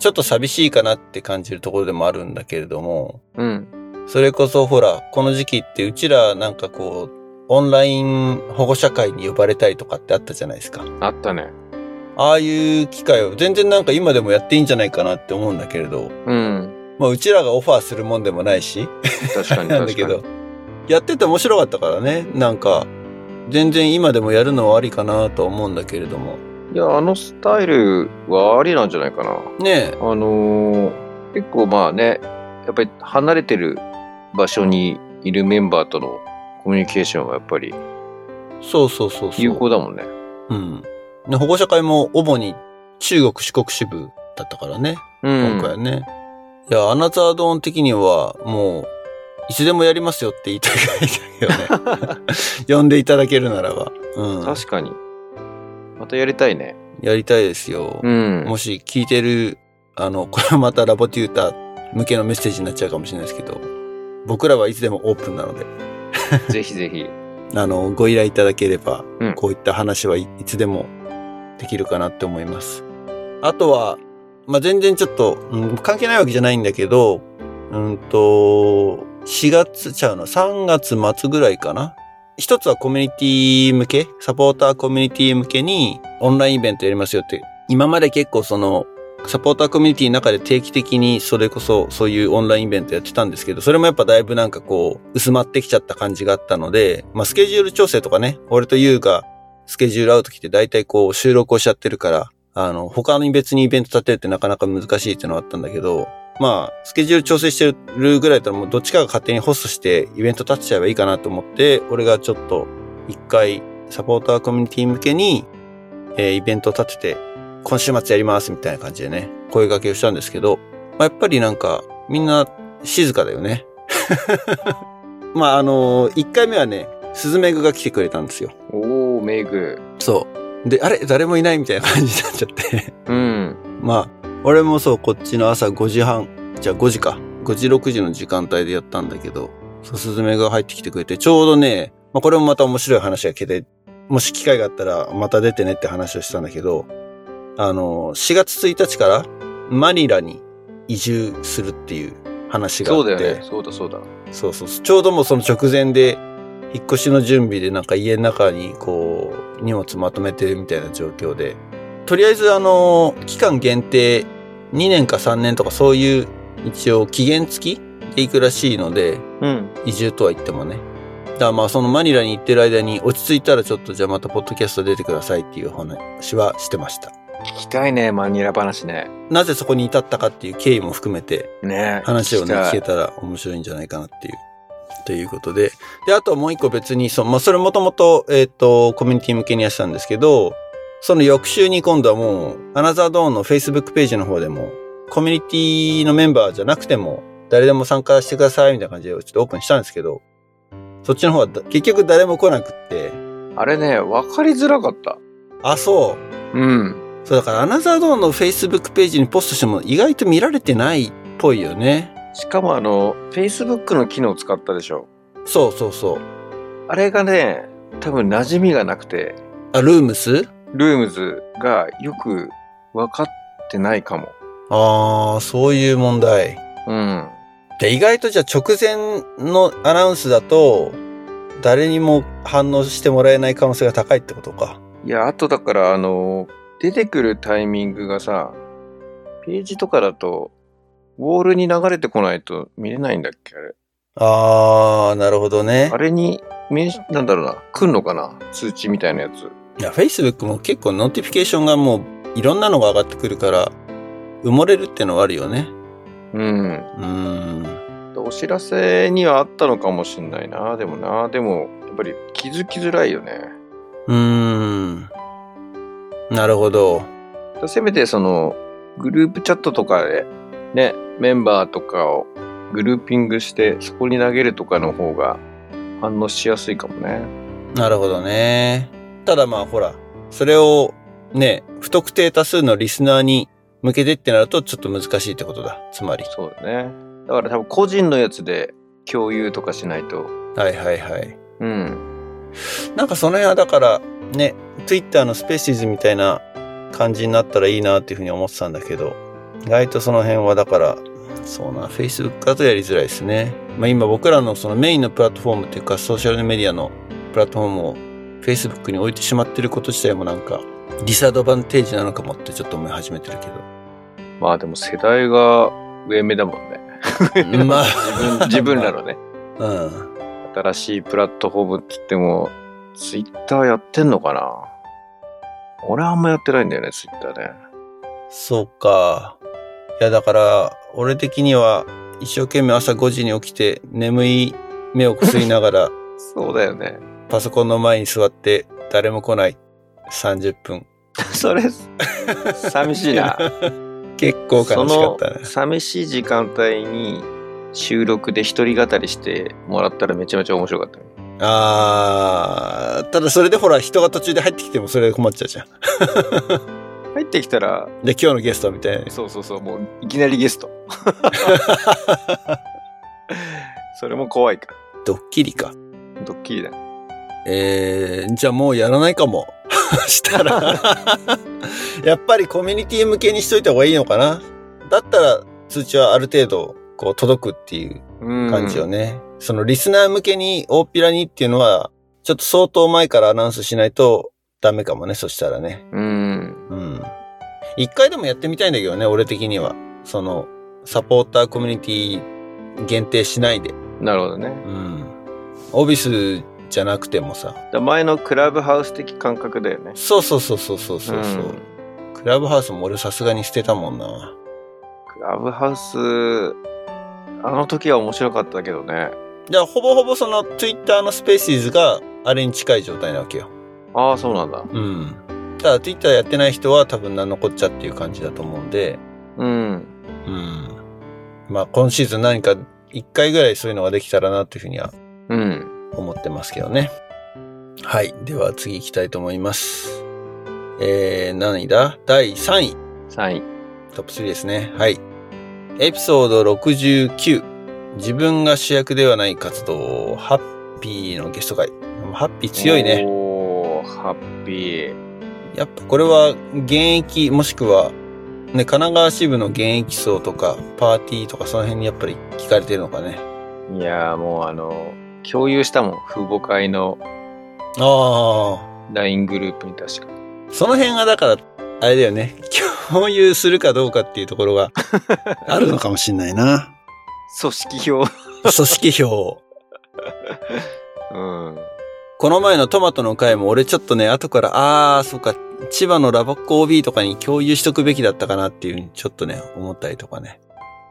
[SPEAKER 1] ちょっと寂しいかなって感じるところでもあるんだけれども、
[SPEAKER 2] うん。
[SPEAKER 1] それこそほら、この時期ってうちらなんかこう、オンライン保護者会に呼ばれたりとかってあったじゃないですか。
[SPEAKER 2] あったね。
[SPEAKER 1] ああいう機会を全然なんか今でもやっていいんじゃないかなって思うんだけれど、
[SPEAKER 2] うん。
[SPEAKER 1] まあうちらがオファーするもんでもないし、
[SPEAKER 2] 確かに確 か
[SPEAKER 1] なん
[SPEAKER 2] に。
[SPEAKER 1] だけど、やってて面白かったからね、なんか、全然今でもやるのはありかなと思うんだけれども。
[SPEAKER 2] いや、あのスタイルはありなんじゃないかな。
[SPEAKER 1] ねえ、
[SPEAKER 2] あのー結構まあね、やっぱり離れてる場所にいるメンバーとのコミュニケーションはやっぱり
[SPEAKER 1] そうそうそうそう。
[SPEAKER 2] 有効だもんね。
[SPEAKER 1] うん。で、保護者会も主に中国四国支部だったからね、
[SPEAKER 2] うん
[SPEAKER 1] 今回はね。いや、アナザードーン的には、もう、いつでもやりますよって言いたいぐらいだけど ね。呼んでいただけるならば。うん。
[SPEAKER 2] 確かに。またやりたいね。
[SPEAKER 1] やりたいですよ。
[SPEAKER 2] うん。
[SPEAKER 1] もし聞いてる、あの、これはまたラボテューター向けのメッセージになっちゃうかもしれないですけど、僕らはいつでもオープンなので、
[SPEAKER 2] ぜひぜひ。
[SPEAKER 1] あの、ご依頼いただければ、
[SPEAKER 2] うん
[SPEAKER 1] こういった話はいいつでもできるかなって思います。あとは、まあ、全然ちょっと、うん関係ないわけじゃないんだけど、うんと、4月ちゃうの、3月末ぐらいかな。一つはコミュニティ向け、サポーターコミュニティ向けにオンラインイベントやりますよって、今まで結構その、サポーターコミュニティの中で定期的にそれこそそういうオンラインイベントやってたんですけど、それもやっぱだいぶなんかこう、薄まってきちゃった感じがあったので、まあスケジュール調整とかね、俺とユウがスケジュール合う時って大体こう収録をしちゃってるから、あの、他に別にイベント立てるってなかなか難しいっていうのはあったんだけど、まあ、スケジュール調整してるぐらいだったらもうどっちかが勝手にホストしてイベント立てちゃえばいいかなと思って、俺がちょっと一回サポーターコミュニティ向けに、えーイベント立てて、今週末やりますみたいな感じでね、声掛けをしたんですけど、まあ、やっぱりなんか、みんな静かだよね。 まあ、あのー、一回目はね、スズメグが来てくれたんですよ。
[SPEAKER 2] おー、メイク。
[SPEAKER 1] そう。で、あれ誰もいないみたいな感じになっちゃって。
[SPEAKER 2] うん。
[SPEAKER 1] まあ、俺もそう、こっちの朝5時半、じゃあ5時か。5時、6時の時間帯でやったんだけど、そう、スズメが入ってきてくれて、ちょうどね、まあこれもまた面白い話が聞けて、もし機会があったらまた出てねって話をしたんだけど、あの、4月1日からマニラに移住するっていう話があ
[SPEAKER 2] そ
[SPEAKER 1] って。
[SPEAKER 2] うだよね。そうだそうだ。
[SPEAKER 1] そうそうそう。ちょうどもうその直前で、引っ越しの準備でなんか家の中にこう、荷物まとめてるみたいな状況で。とりあえずあの、期間限定、2年か3年とかそういう、一応期限付きで行くらしいので、
[SPEAKER 2] うん。
[SPEAKER 1] 移住とは言ってもね。だからまあそのマニラに行ってる間に落ち着いたらちょっとじゃあまたポッドキャスト出てくださいっていうお話はしてました。
[SPEAKER 2] 聞きたいね、マニラ話ね。
[SPEAKER 1] なぜそこに至ったかっていう経緯も含めて
[SPEAKER 2] ね
[SPEAKER 1] 話をね、聞
[SPEAKER 2] 聞
[SPEAKER 1] け
[SPEAKER 2] き
[SPEAKER 1] たら面白いんじゃないかなっていう。ということで。で、あともう一個別に、そう、まあ、それもともと、えっ、と、コミュニティ向けにやってたんですけど、その翌週に今度はもう、アナザードーンの Facebook ページの方でも、コミュニティのメンバーじゃなくても、誰でも参加してくださいみたいな感じでちょっとオープンしたんですけど、そっちの方はだ結局誰も来なくって、
[SPEAKER 2] あれね、わかりづらかった。
[SPEAKER 1] あ、そう。
[SPEAKER 2] うん。
[SPEAKER 1] そう、だからアナザードーンの Facebook ページにポストしても意外と見られてないっぽいよね。
[SPEAKER 2] しかもあの、Facebook の機能使ったでしょ。
[SPEAKER 1] そうそうそう。
[SPEAKER 2] あれがね、多分馴染みがなくて、
[SPEAKER 1] あ、ルームス
[SPEAKER 2] ルームズがよく分かってないかも。
[SPEAKER 1] ああ、そういう問題。
[SPEAKER 2] うん。
[SPEAKER 1] で、意外とじゃあ直前のアナウンスだと、誰にも反応してもらえない可能性が高いってことか。
[SPEAKER 2] いや、あとだから、あの、出てくるタイミングがさ、ページとかだと、ウォールに流れてこないと見れないんだっけあれ。
[SPEAKER 1] ああ、なるほどね
[SPEAKER 2] あ。れに、名刺なんだろうな、来んのかな通知みたいなやつ。
[SPEAKER 1] いや、Facebook も結構ノーティフィケーションがもういろんなのが上がってくるから、埋もれるってのはあるよね。
[SPEAKER 2] うん。
[SPEAKER 1] うーん。
[SPEAKER 2] お知らせにはあったのかもしんないな、でもな、でも、やっぱり気づきづらいよね。
[SPEAKER 1] うーん。なるほど。
[SPEAKER 2] だからせめてその、グループチャットとかで、ね、メンバーとかをグルーピングして、そこに投げるとかの方が反応しやすいかもね。
[SPEAKER 1] なるほどね。ただまあほら、それをね、不特定多数のリスナーに向けてってなるとちょっと難しいってことだ。つまり。
[SPEAKER 2] そうだね。だから多分個人のやつで共有とかしないと。
[SPEAKER 1] はいはいはい。
[SPEAKER 2] うん。
[SPEAKER 1] なんかその辺はだからね、Twitter のスペーシズみたいな感じになったらいいなっていうふうに思ってたんだけど、意外とその辺はだから、そうな、Facebook だとやりづらいですね。まあ今僕らのそのメインのプラットフォームっていうかソーシャルメディアのプラットフォームを Facebook に置いてしまってること自体もなんかディサドバンテージなのかもってちょっと思い始めてるけど。
[SPEAKER 2] まあでも世代が上目だもんね。
[SPEAKER 1] まあ
[SPEAKER 2] 自分自分らのね。
[SPEAKER 1] うん。
[SPEAKER 2] 新しいプラットフォームって言っても、ツイッターやってんのかな俺はあんまやってないんだよね、ツイッターね。
[SPEAKER 1] そうか。いや、だから、俺的には、一生懸命朝5時に起きて、眠い目をこすりながら、
[SPEAKER 2] そうだよね。
[SPEAKER 1] パソコンの前に座って、誰も来ない。30分。
[SPEAKER 2] それ、寂しい な。
[SPEAKER 1] 結構悲し
[SPEAKER 2] そ
[SPEAKER 1] かっ
[SPEAKER 2] の
[SPEAKER 1] たね。
[SPEAKER 2] 寂しい時間帯に収録で一人語りしてもらったらめちゃめちゃ面白かったね。
[SPEAKER 1] あー、ただそれでほら、人が途中で入ってきてもそれで困っちゃうじゃん。
[SPEAKER 2] 入ってきたら、
[SPEAKER 1] で、今日のゲストみたいな。
[SPEAKER 2] そうそうそう、もういきなり ゲスト。それも怖いか。
[SPEAKER 1] ドッキリか。
[SPEAKER 2] ドッキリだね。
[SPEAKER 1] えー、じゃあもうやらないかも。 したら。 やっぱりコミュニティ向けにしといた方がいいのかな。だったら通知はある程度、こう届くっていう
[SPEAKER 2] うん
[SPEAKER 1] 感じよね。そのリスナー向けに大っぴらにっていうのは、ちょっと相当前からアナウンスしないとダメかもね、そしたらね。
[SPEAKER 2] うん。
[SPEAKER 1] うん。一回でもやってみたいんだけどね、俺的には。その、サポーターコミュニティ限定しないで。
[SPEAKER 2] なるほどね。
[SPEAKER 1] うん。オフィスじゃなくてもさ。
[SPEAKER 2] だ前のクラブハウス的感覚だよね。
[SPEAKER 1] そうそうそうそうそうそう。う
[SPEAKER 2] うん
[SPEAKER 1] クラブハウスも俺さすがに捨てたもんな。
[SPEAKER 2] クラブハウス、あの時は面白かったけどね。
[SPEAKER 1] じゃあほぼほぼそのツイッターのスペーシーズがあれに近い状態なわけよ。
[SPEAKER 2] ああ、そうなんだ。
[SPEAKER 1] うん。ただツイッターやってない人は多分何のこっちゃっていう感じだと思うんで、
[SPEAKER 2] うん。
[SPEAKER 1] うん。まあ今シーズン何か一回ぐらいそういうのができたらなというふうには
[SPEAKER 2] うん。
[SPEAKER 1] 思ってますけどね。はい。では次行きたいと思います。えー、何位だ第3位。
[SPEAKER 2] 3位。
[SPEAKER 1] トップ3ですね。はい。エピソード69。自分が主役ではない活動。ハッピーのゲスト会。ハッピー強いね。
[SPEAKER 2] おー、ハッピー。
[SPEAKER 1] やっぱこれは現役、もしくは、ね、神奈川支部の現役層とか、パーティーとか、その辺にやっぱり聞かれてるのかね。
[SPEAKER 2] いやーもうあの、共有したもん。父母会の
[SPEAKER 1] ああ。
[SPEAKER 2] LINE グループに確か。
[SPEAKER 1] その辺はだから、あれだよね。共有するかどうかっていうところがあるのかもしんないな。
[SPEAKER 2] 組織票。
[SPEAKER 1] 組織票。
[SPEAKER 2] うん。
[SPEAKER 1] この前のトマトの回も俺ちょっとね、後から、あー、そうか、千葉のラボッコ OB とかに共有しとくべきだったかなっていうふうにちょっとね、思ったりとかね。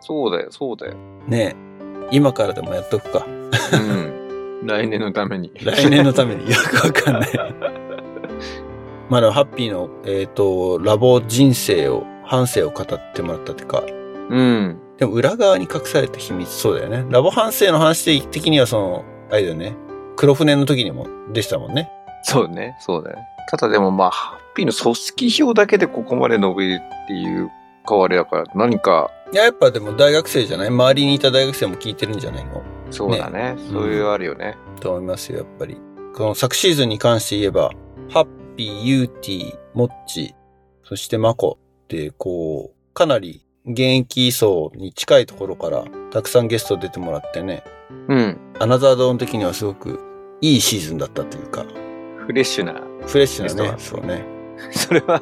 [SPEAKER 2] そうだよ、そうだよ。
[SPEAKER 1] ねえ今からでもやっとくか。
[SPEAKER 2] うん。来年のために。
[SPEAKER 1] 来年のためによくわかんない。まあでもハッピーの、えっ、と、ラボ人生を、反省を語ってもらったっていうか、
[SPEAKER 2] うん。
[SPEAKER 1] でも裏側に隠された秘密、そうだよね。ラボ反省の話的にはその、あれだよね。黒船の時にもでしたもんね。
[SPEAKER 2] そうね、そうだね。ただでもまあ、ハッピーの組織票だけでここまで伸びるっていう代わりだから、何か、
[SPEAKER 1] いや、やっぱでも大学生じゃない周りにいた大学生も聞いてるんじゃないの
[SPEAKER 2] そうだね。そういうあるよね。
[SPEAKER 1] と思いますよ、やっぱり。この昨シーズンに関して言えば、ハッピー、ユーティー、モッチ、そしてマコって、こう、かなり現役層に近いところから、たくさんゲスト出てもらってね、
[SPEAKER 2] うん。
[SPEAKER 1] アナザードーン的にはすごくいいシーズンだったというか、
[SPEAKER 2] フレッシュな。
[SPEAKER 1] フレッシュ
[SPEAKER 2] ゲスト
[SPEAKER 1] なね
[SPEAKER 2] が、
[SPEAKER 1] そうね。
[SPEAKER 2] それは、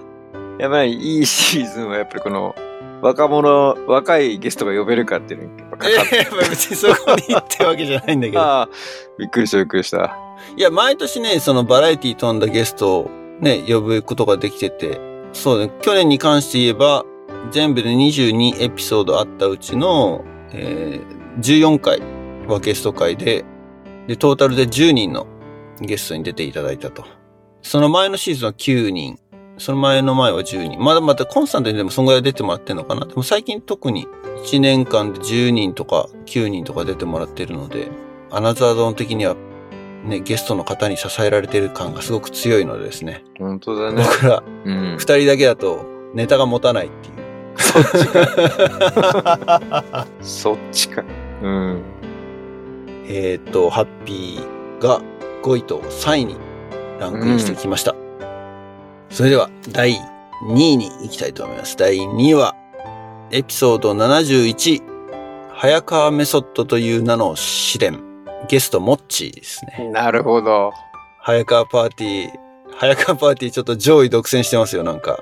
[SPEAKER 2] やばい、いいシーズンはやっぱりこの、若者、若いゲストが呼べるかっていうのにやっぱか
[SPEAKER 1] え
[SPEAKER 2] かって
[SPEAKER 1] やっぱ別にそこに行ってわけじゃないんだけど。
[SPEAKER 2] ああ、びっくりした、びっくりした。
[SPEAKER 1] いや、毎年ね、そのバラエティ飛んだゲストをね、呼ぶことができてて、そうね、去年に関して言えば、全部で22エピソードあったうちの、えー14回はゲスト会で、で、トータルで10人のゲストに出ていただいたと。その前のシーズンは9人、その前の前は10人。まだまだコンスタントにでもそんぐらい出てもらってんのかな。でも最近特に1年間で10人とか9人とか出てもらってるので、アナザードーン的にはね、ゲストの方に支えられてる感がすごく強いのでですね。
[SPEAKER 2] 本当だね。
[SPEAKER 1] 僕ら
[SPEAKER 2] うん
[SPEAKER 1] 二。人だけだとネタが持たないっていう。
[SPEAKER 2] そっちか。うん。
[SPEAKER 1] えっ、と、ハッピーが5位と3位にランクインしてきました。それでは第2位に行きたいと思います。第2位はエピソード71、早川メソッドという名の試練。ゲストモッチーですね。
[SPEAKER 2] なるほど。
[SPEAKER 1] 早川パーティー、早川パーティーちょっと上位独占してますよ、なんか。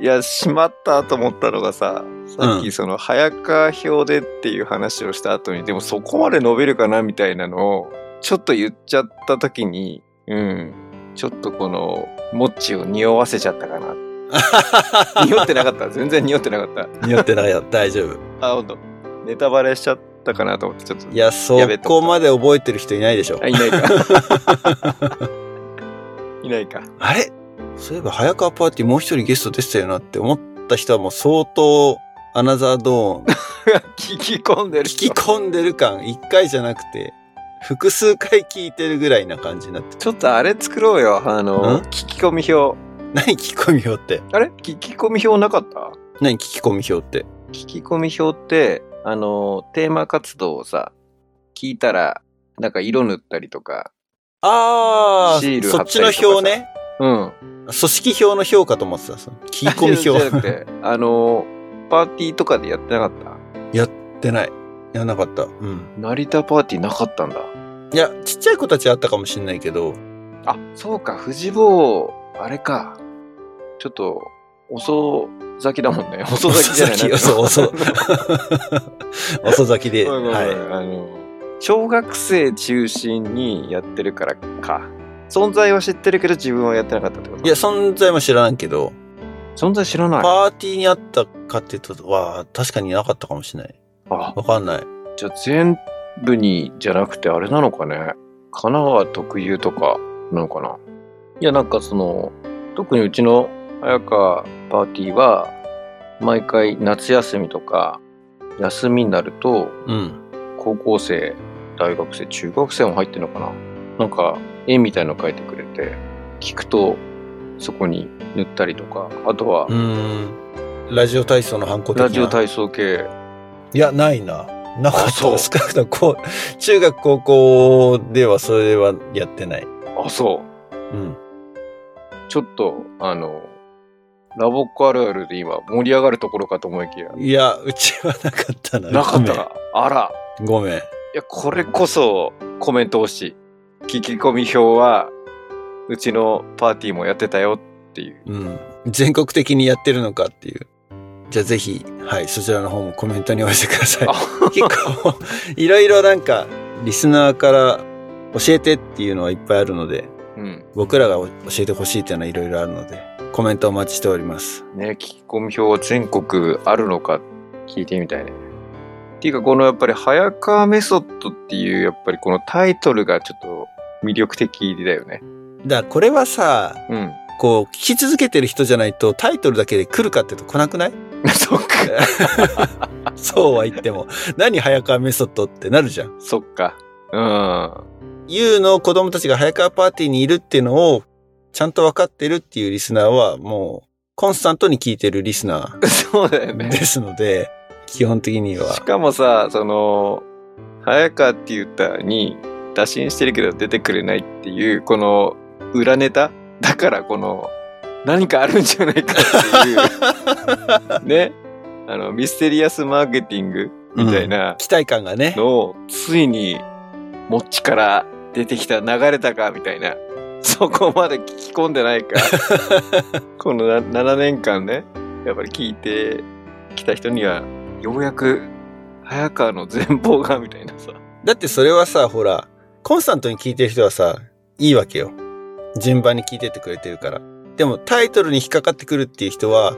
[SPEAKER 2] いや、しまったと思ったのがさ、さっきその、早川表でっていう話をした後に、でもそこまで伸びるかなみたいなのを、ちょっと言っちゃった時に、うん。ちょっとこの、モッチを匂わせちゃった かな。匂ってなかった。全然匂ってなかった。
[SPEAKER 1] によってないよ、大丈夫。
[SPEAKER 2] あ、ほんと。ネタバレしちゃっったかなと思って、ちょっと
[SPEAKER 1] いや、そ
[SPEAKER 2] やべえと思
[SPEAKER 1] こまで覚えてる人いないでしょ
[SPEAKER 2] あ、。いないか。 いないか。
[SPEAKER 1] あれそういえば、早川パーティーもう一人ゲストでしたよなって思った人はもう相当、アナザードーン、
[SPEAKER 2] 聞き込んでる
[SPEAKER 1] 聞き
[SPEAKER 2] 人。
[SPEAKER 1] 込んでる 感、一回じゃなくて、複数回聞いてるぐらいな感じになって。
[SPEAKER 2] ちょっとあれ作ろうよ。あ
[SPEAKER 1] ん
[SPEAKER 2] の、聞き込み表。
[SPEAKER 1] 何聞き込み表って。
[SPEAKER 2] あれ聞き込み表なかった
[SPEAKER 1] 何聞き込み表って。
[SPEAKER 2] 聞き込み表って、あの、テーマ活動をさ、聞いたら、なんか色塗ったりとか。
[SPEAKER 1] あ
[SPEAKER 2] シー
[SPEAKER 1] ー、
[SPEAKER 2] ル
[SPEAKER 1] そ
[SPEAKER 2] 貼
[SPEAKER 1] っ
[SPEAKER 2] っ
[SPEAKER 1] ち
[SPEAKER 2] た
[SPEAKER 1] の
[SPEAKER 2] りとかさ
[SPEAKER 1] 表ね。
[SPEAKER 2] うん。
[SPEAKER 1] 組織表の評価と思ってた。その聞き込み
[SPEAKER 2] じゃなく
[SPEAKER 1] 表。
[SPEAKER 2] て、 あの、パーティーとかでやってなかった
[SPEAKER 1] やって ない。やんなかった。うん。
[SPEAKER 2] 成田パーティーなかったんだ。
[SPEAKER 1] いや、ちっちゃい子たちあったかもしんないけど、
[SPEAKER 2] あ、そうか、藤坊、あれか。ちょっと、遅咲きだもんね。遅咲きじゃな
[SPEAKER 1] 遅咲
[SPEAKER 2] い
[SPEAKER 1] き そう遅遅咲きで。
[SPEAKER 2] ごめんごめん
[SPEAKER 1] はい。
[SPEAKER 2] あの小学生中心にやってるからか。存在は知ってるけど自分はやってなかったってこと
[SPEAKER 1] いや、存在も知らんけど、
[SPEAKER 2] 存在知らない。
[SPEAKER 1] パーティーにあったかって言うと、は確かになかったかもしれない。
[SPEAKER 2] あ、
[SPEAKER 1] わかんない。
[SPEAKER 2] じゃあ全部にじゃなくてあれなのかね。神奈川特有とかなのかな。いや、なんかその、特にうちの早川パーティーは、毎回夏休みとか、休みになると、
[SPEAKER 1] うん。
[SPEAKER 2] 高校生大学生中学生も入ってるのかななんか絵みたいの描いてくれて聞くとそこに塗ったりとかあとは
[SPEAKER 1] うーん。ラジオ体操のハンコ的な
[SPEAKER 2] ラジオ体操系
[SPEAKER 1] いや、ないな。なかっ
[SPEAKER 2] あ
[SPEAKER 1] た
[SPEAKER 2] そう
[SPEAKER 1] わ。少なくとも、こう、中学高校ではそれはやってない。
[SPEAKER 2] あそ
[SPEAKER 1] うん。
[SPEAKER 2] うちょっとあのラボっ子あるあるで今盛り上がるところかと思いきや
[SPEAKER 1] いや、うちはなかったな。
[SPEAKER 2] なかったなあら
[SPEAKER 1] ごめん。ごめん。
[SPEAKER 2] いやこれこそコメント欲しい聞き込み表はうちのパーティーもやってたよっていう
[SPEAKER 1] うん。全国的にやってるのかっていう。じゃあぜひ、はい、そちらの方もコメントにお寄せください
[SPEAKER 2] あ。
[SPEAKER 1] 結構、いろいろなんか、リスナーから教えてっていうのはいっぱいあるので、
[SPEAKER 2] うん
[SPEAKER 1] 僕らが教えてほしいっていうのはいろいろあるので、コメントお待ちしております。
[SPEAKER 2] ね、聞き込み表は全国あるのか聞いてみたいね。っていうか、このやっぱり早川メソッドっていう、やっぱりこのタイトルがちょっと魅力的だよね。
[SPEAKER 1] だからこれはさ、
[SPEAKER 2] うん。
[SPEAKER 1] こう、聞き続けてる人じゃないとタイトルだけで来るかっていうと来なくない
[SPEAKER 2] そっか。
[SPEAKER 1] そうは言っても。 何早川メソッドってなるじゃん。
[SPEAKER 2] そっか。う
[SPEAKER 1] ゆうの子供たちが早川パーティーにいるっていうのを、ちゃんと分かってるっていうリスナーは、もう、コンスタントに聞いてるリスナ
[SPEAKER 2] ん。 そうだ
[SPEAKER 1] ー
[SPEAKER 2] よね
[SPEAKER 1] で。すので、基本的には
[SPEAKER 2] し。かもさ、その、早川って言ったに、打診してるけど出てくれないっていう、この裏ネタだからこの、何かあるんじゃないかっていう、ね。あの、ミステリアスマーケティングみたいな
[SPEAKER 1] 期待感がね。
[SPEAKER 2] のを、ついに、もっちから出てきた流れたか、みたいな。そこまで聞き込んで ないか。このな7年間ね、やっぱり聞いてきた人には、ようやく、早川の前方が、みたいなさ。
[SPEAKER 1] だってそれはさ、ほら、コンスタントに聞いてる人はさ、いいわけよ。順番に聞いてってくれてるから。でもタイトルに引っかかってくるっていう人は、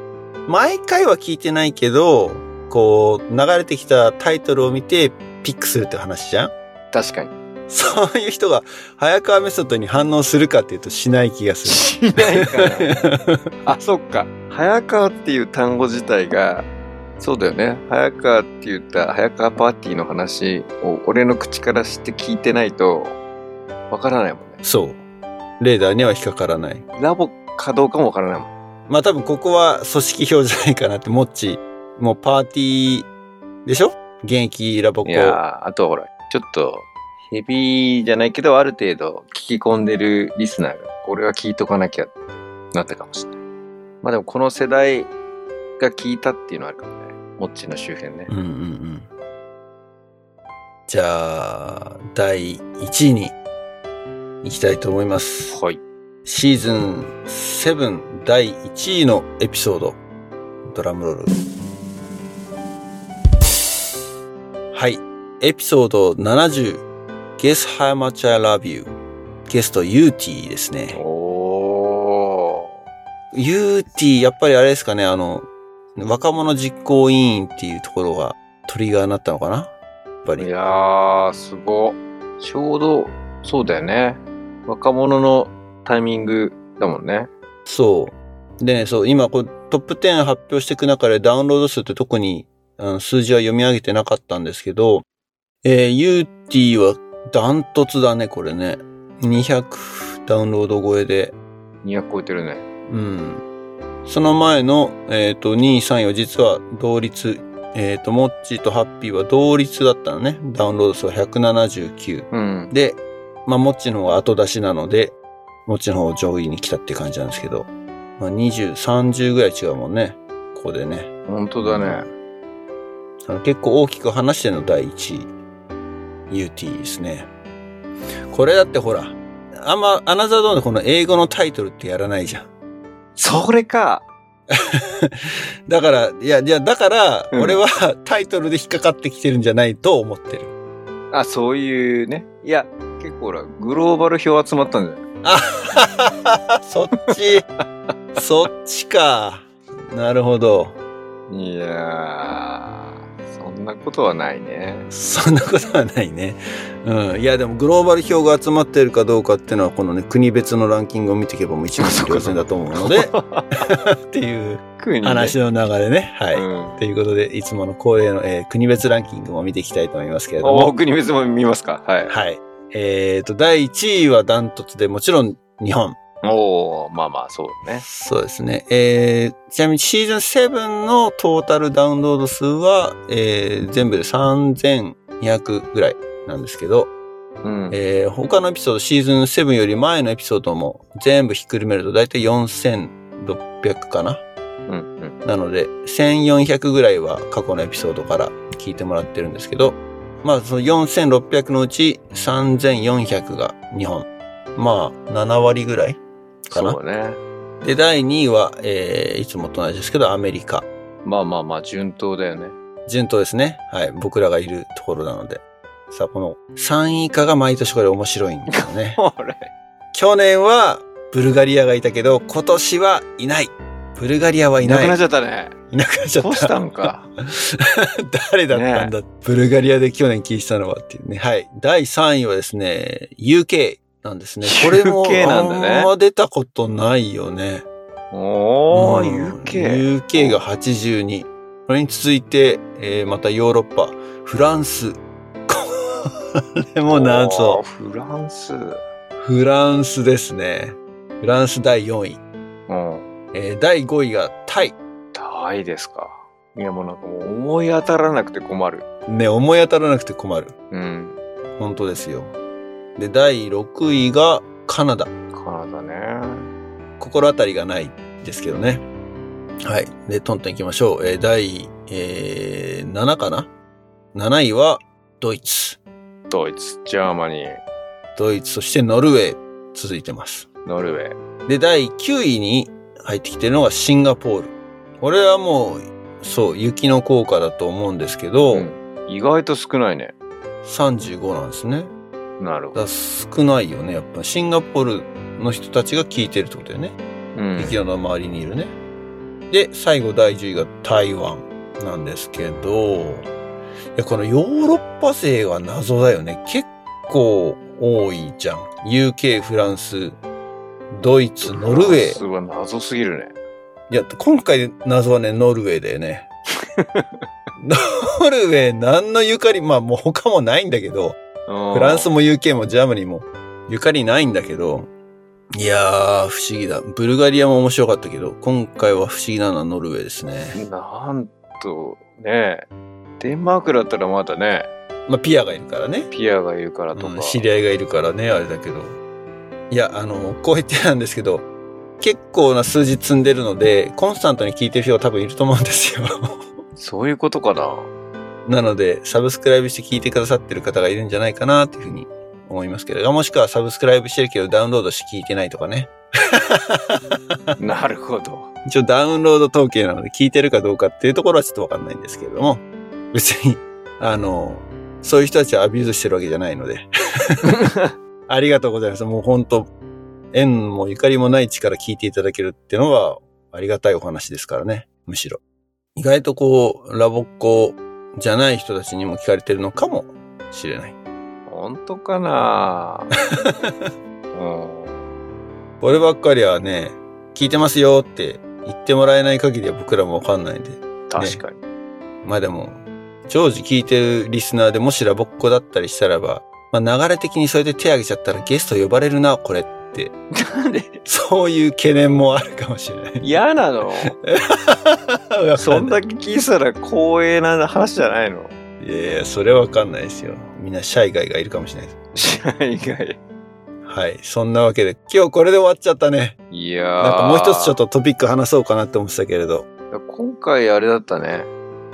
[SPEAKER 1] 毎回は聞いてないけど、こう、流れてきたタイトルを見てピックするって話じゃん
[SPEAKER 2] 確かに。
[SPEAKER 1] そういう人が早川メソッドに反応するかっていうとしない気がす
[SPEAKER 2] しないかな。
[SPEAKER 1] る。
[SPEAKER 2] あ、そっか。早川っていう単語自体が、そうだよね。早川って言った早川パーティーの話を俺の口からして聞いてないと、わからないもんね。
[SPEAKER 1] そう。レーダーには引っかからない。
[SPEAKER 2] ラボかどうかもわからないもん。
[SPEAKER 1] まあ多分ここは組織表じゃないかなって、もっち、もうパーティーでしょ現役ラボコ
[SPEAKER 2] い。やー、あとはほら、ちょっと、ヘビーじゃないけど、ある程度聞き込んでるリスナーが、これは聞いとかなきゃってなったかもしれない。まあでも、この世代が聞いたっていうのはあるかもね。モッチーの周辺ね
[SPEAKER 1] う。んうんうん。じゃあ、第1位に行きたいと思います。
[SPEAKER 2] はい。
[SPEAKER 1] シーズン7第1位のエピソード。ドラムロール。はい。エピソード70。Guess how much I love you. ゲスト UT ですね。
[SPEAKER 2] おー。
[SPEAKER 1] UT、やっぱりあれですかね、あの、若者実行委員っていうところがトリガーになったのかなぱ
[SPEAKER 2] い
[SPEAKER 1] り。
[SPEAKER 2] やー、すごっ。ちょうど、そうだよね。若者のタイミングだもんね。
[SPEAKER 1] そう。でね、そう、今こう、トップ10発表していく中でダウンロード数って特に、うん数字は読み上げてなかったんですけど、えー、ユーティーはダントツだね、これね。200ダウンロード超えで。
[SPEAKER 2] 200超えてるね。
[SPEAKER 1] うん。その前の、えっ、と、2位、3位は実は同率。えっ、と、モッチーとハッピーは同率だったのね。ダウンロード数は179。
[SPEAKER 2] うん。
[SPEAKER 1] で、まあ、モッチーの方が後出しなので、モッチーの方上位に来たって感じなんですけど、まあ、20、30ぐらい違うもんね。ここでね。
[SPEAKER 2] 本当だね。
[SPEAKER 1] あの結構大きく話しての第1位。UT ですね。これだってほら、あんま、アナザードーンでこの英語のタイトルってやらないじゃん。
[SPEAKER 2] それか。
[SPEAKER 1] だから、いや、いや、だから、
[SPEAKER 2] うん
[SPEAKER 1] 俺は タイトルで引っかかってきてるんじゃないと思ってる。
[SPEAKER 2] あ、そういうね。いや、結構ほら、グローバル票集まったんじゃない
[SPEAKER 1] あそっ ち。そっちか。なるほど。
[SPEAKER 2] いやー、そんなことはないね。
[SPEAKER 1] そんなことはないね。うん。いや、でもグローバル票が集まっているかどうかっていうのは、このね、国別のランキングを見ていけばもう一目瞭然だと思うの で、っていう
[SPEAKER 2] 国にね
[SPEAKER 1] 話の流れね。はい。
[SPEAKER 2] うん。
[SPEAKER 1] ということで、いつもの恒例の、えー国別ランキングも見ていきたいと思いますけれども
[SPEAKER 2] お。国別も見ますかはい。
[SPEAKER 1] はい。えっ、と、第1位はダントツで、もちろん日本。
[SPEAKER 2] おー、まあまあ、そうね。
[SPEAKER 1] そうですね。えー、ちなみにシーズン7のトータルダウンロード数は、えー、全部で3200ぐらいなんですけど、
[SPEAKER 2] うん。
[SPEAKER 1] えー、他のエピソード、シーズン7より前のエピソードも全部ひっくるめると大体4600かな。
[SPEAKER 2] うんうん。
[SPEAKER 1] なので、1400ぐらいは過去のエピソードから聞いてもらってるんですけど、まあその4600のうち3400が日本。まあ7割ぐらいかな
[SPEAKER 2] そ。うね。
[SPEAKER 1] で、第2位は、えー、いつもと同じですけど、アメリカ。
[SPEAKER 2] まあまあまあ、順当だよね。。
[SPEAKER 1] 順当ですね。はい。僕らがいるところなので。さあ、この3位以下が毎年これ面白いんですよね
[SPEAKER 2] これ。
[SPEAKER 1] 去年はブルガリアがいたけど、今年はいない。ブルガリアはい
[SPEAKER 2] い
[SPEAKER 1] な。
[SPEAKER 2] ないくなっちゃったね。
[SPEAKER 1] いなくなっちゃった。
[SPEAKER 2] どうしたんか。
[SPEAKER 1] 誰だったんだ、ブルガリアで去年聞いてたのはっていうね。はい。第3位はですね、UK なんですね。これも
[SPEAKER 2] UK なんだね
[SPEAKER 1] あんま出たことないよね。
[SPEAKER 2] お
[SPEAKER 1] う
[SPEAKER 2] ー、
[SPEAKER 1] ん
[SPEAKER 2] UK。
[SPEAKER 1] UK が82。これに続いて、えーまたヨーロッパ、フランス。これもなん
[SPEAKER 2] おー
[SPEAKER 1] と、
[SPEAKER 2] フランス。う
[SPEAKER 1] フランスですね。フランス第4位。
[SPEAKER 2] ん。
[SPEAKER 1] えー第5位がタイ。
[SPEAKER 2] タイですか。いや、もうなんかもう思い当たらなくて困る。
[SPEAKER 1] ね、思い当たらなくて困る。
[SPEAKER 2] うん。
[SPEAKER 1] 本当ですよ。で、第6位がカナダ。
[SPEAKER 2] カナダね。
[SPEAKER 1] 心当たりがないですけどね。はい。で、トントン行きましょう。えー第、えー7かな ?7 位はドイツ。
[SPEAKER 2] ドイツ、ジャーマニー、
[SPEAKER 1] ドイツ、そしてノルウェー、続いてます。
[SPEAKER 2] ノルウェー。
[SPEAKER 1] で、第9位に入ってきてるのがシンガポール。これはもう、そう、雪の効果だと思うんですけど、
[SPEAKER 2] うん意外と少ないね。
[SPEAKER 1] 35なんですね。
[SPEAKER 2] なるほど。
[SPEAKER 1] だから少ないよね。やっぱシンガポールの人たちが聞いてるってことだよね。
[SPEAKER 2] うん
[SPEAKER 1] 雪の周りにいるね。で、最後第10位が台湾なんですけど、いやこのヨーロッパ勢が謎だよね。結構多いじゃん。UK、フランス、ドイツ、ノルウェ
[SPEAKER 2] す
[SPEAKER 1] ー。
[SPEAKER 2] ごい謎すぎるね。
[SPEAKER 1] いや、今回謎はね、ノルウェーだよ ね。ノルウェー何のゆかり、まあもう他もないんだけど、
[SPEAKER 2] フ
[SPEAKER 1] フランスも UK もジャーマニーもゆかりないんだけど、いやー、不思議だ。ブルガリアも面白かったけど、今回は不思議なのはノルウェーですね。
[SPEAKER 2] なんと、ねデンマークだったらまだね、
[SPEAKER 1] まあ、ピアがいるからね。
[SPEAKER 2] ピアが言うからと
[SPEAKER 1] う
[SPEAKER 2] か。
[SPEAKER 1] ん、知り合いがいるからね、あれだけど。いや、あの、こう言ってなんですけど、結構な数字積んでるので、コンスタントに聞いてる人が多分いると思うんですよ。
[SPEAKER 2] そういうことかな。
[SPEAKER 1] なので、サブスクライブして聞いてくださってる方がいるんじゃないかな、というふうに思いますけれど、もしくはサブスクライブしてるけどダウンロードして聞いてないとかね。
[SPEAKER 2] なるほど。
[SPEAKER 1] 一応ダウンロード統計なので聞いてるかどうかっていうところはちょっとわかんないんですけれども、別に、あの、そういう人たちはアビューズしてるわけじゃないので。ありがとうございます。もう本当縁もゆかりもない地から聞いていただけるっていうのはありがたいお話ですからね、むしろ。意外とこう、ラボっ子じゃない人たちにも聞かれてるのかもしれない。
[SPEAKER 2] 本当 かなうん。
[SPEAKER 1] こればっかりはね、聞いてますよって言ってもらえない限りは僕らもわかんないんで。
[SPEAKER 2] 確かに。
[SPEAKER 1] まあでも、常時聞いてるリスナーでもしらぼっこだったりしたらば、まあ流れ的にそれで手挙げちゃったらゲスト呼ばれるな、これって。
[SPEAKER 2] なん で
[SPEAKER 1] そういう懸念もあるかもしれない
[SPEAKER 2] 嫌な の
[SPEAKER 1] わかんない。
[SPEAKER 2] そんだけ聞いてたら光栄な話じゃないの
[SPEAKER 1] いやいや、それはわかんないですよ。みんなシャイガイがいるかもしれないです。
[SPEAKER 2] 試合以外。
[SPEAKER 1] はい。そんなわけで、今日これで終わっちゃったね。
[SPEAKER 2] いやー
[SPEAKER 1] なんかもう一つちょっとトピック話そうかなって思ってたけれど。
[SPEAKER 2] 今回あれだったね。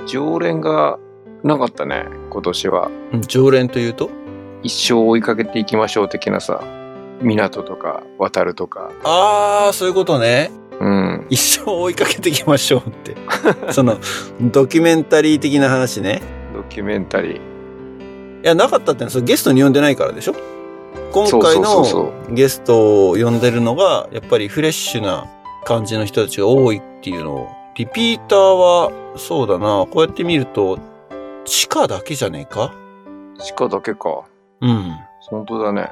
[SPEAKER 2] 常連がなかったね。今年は。
[SPEAKER 1] うん常連というと
[SPEAKER 2] 一生追いかけていきましょう的なさ。港とか渡るとか。
[SPEAKER 1] あー、そういうことね。
[SPEAKER 2] うん。
[SPEAKER 1] 一生追いかけていきましょうって。その、ドキュメンタリー的な話ね。
[SPEAKER 2] ドキュメンタリー。
[SPEAKER 1] いや、なかったってのはそれゲストに呼んでないからでしょ今回
[SPEAKER 2] そうそうそう
[SPEAKER 1] のゲストを呼んでるのが、やっぱりフレッシュな感じの人たちが多いっていうのを、リピーターは、そうだな、こうやって見ると、地下だけじゃねえか
[SPEAKER 2] 地下だけか。
[SPEAKER 1] うん。
[SPEAKER 2] 本当だね。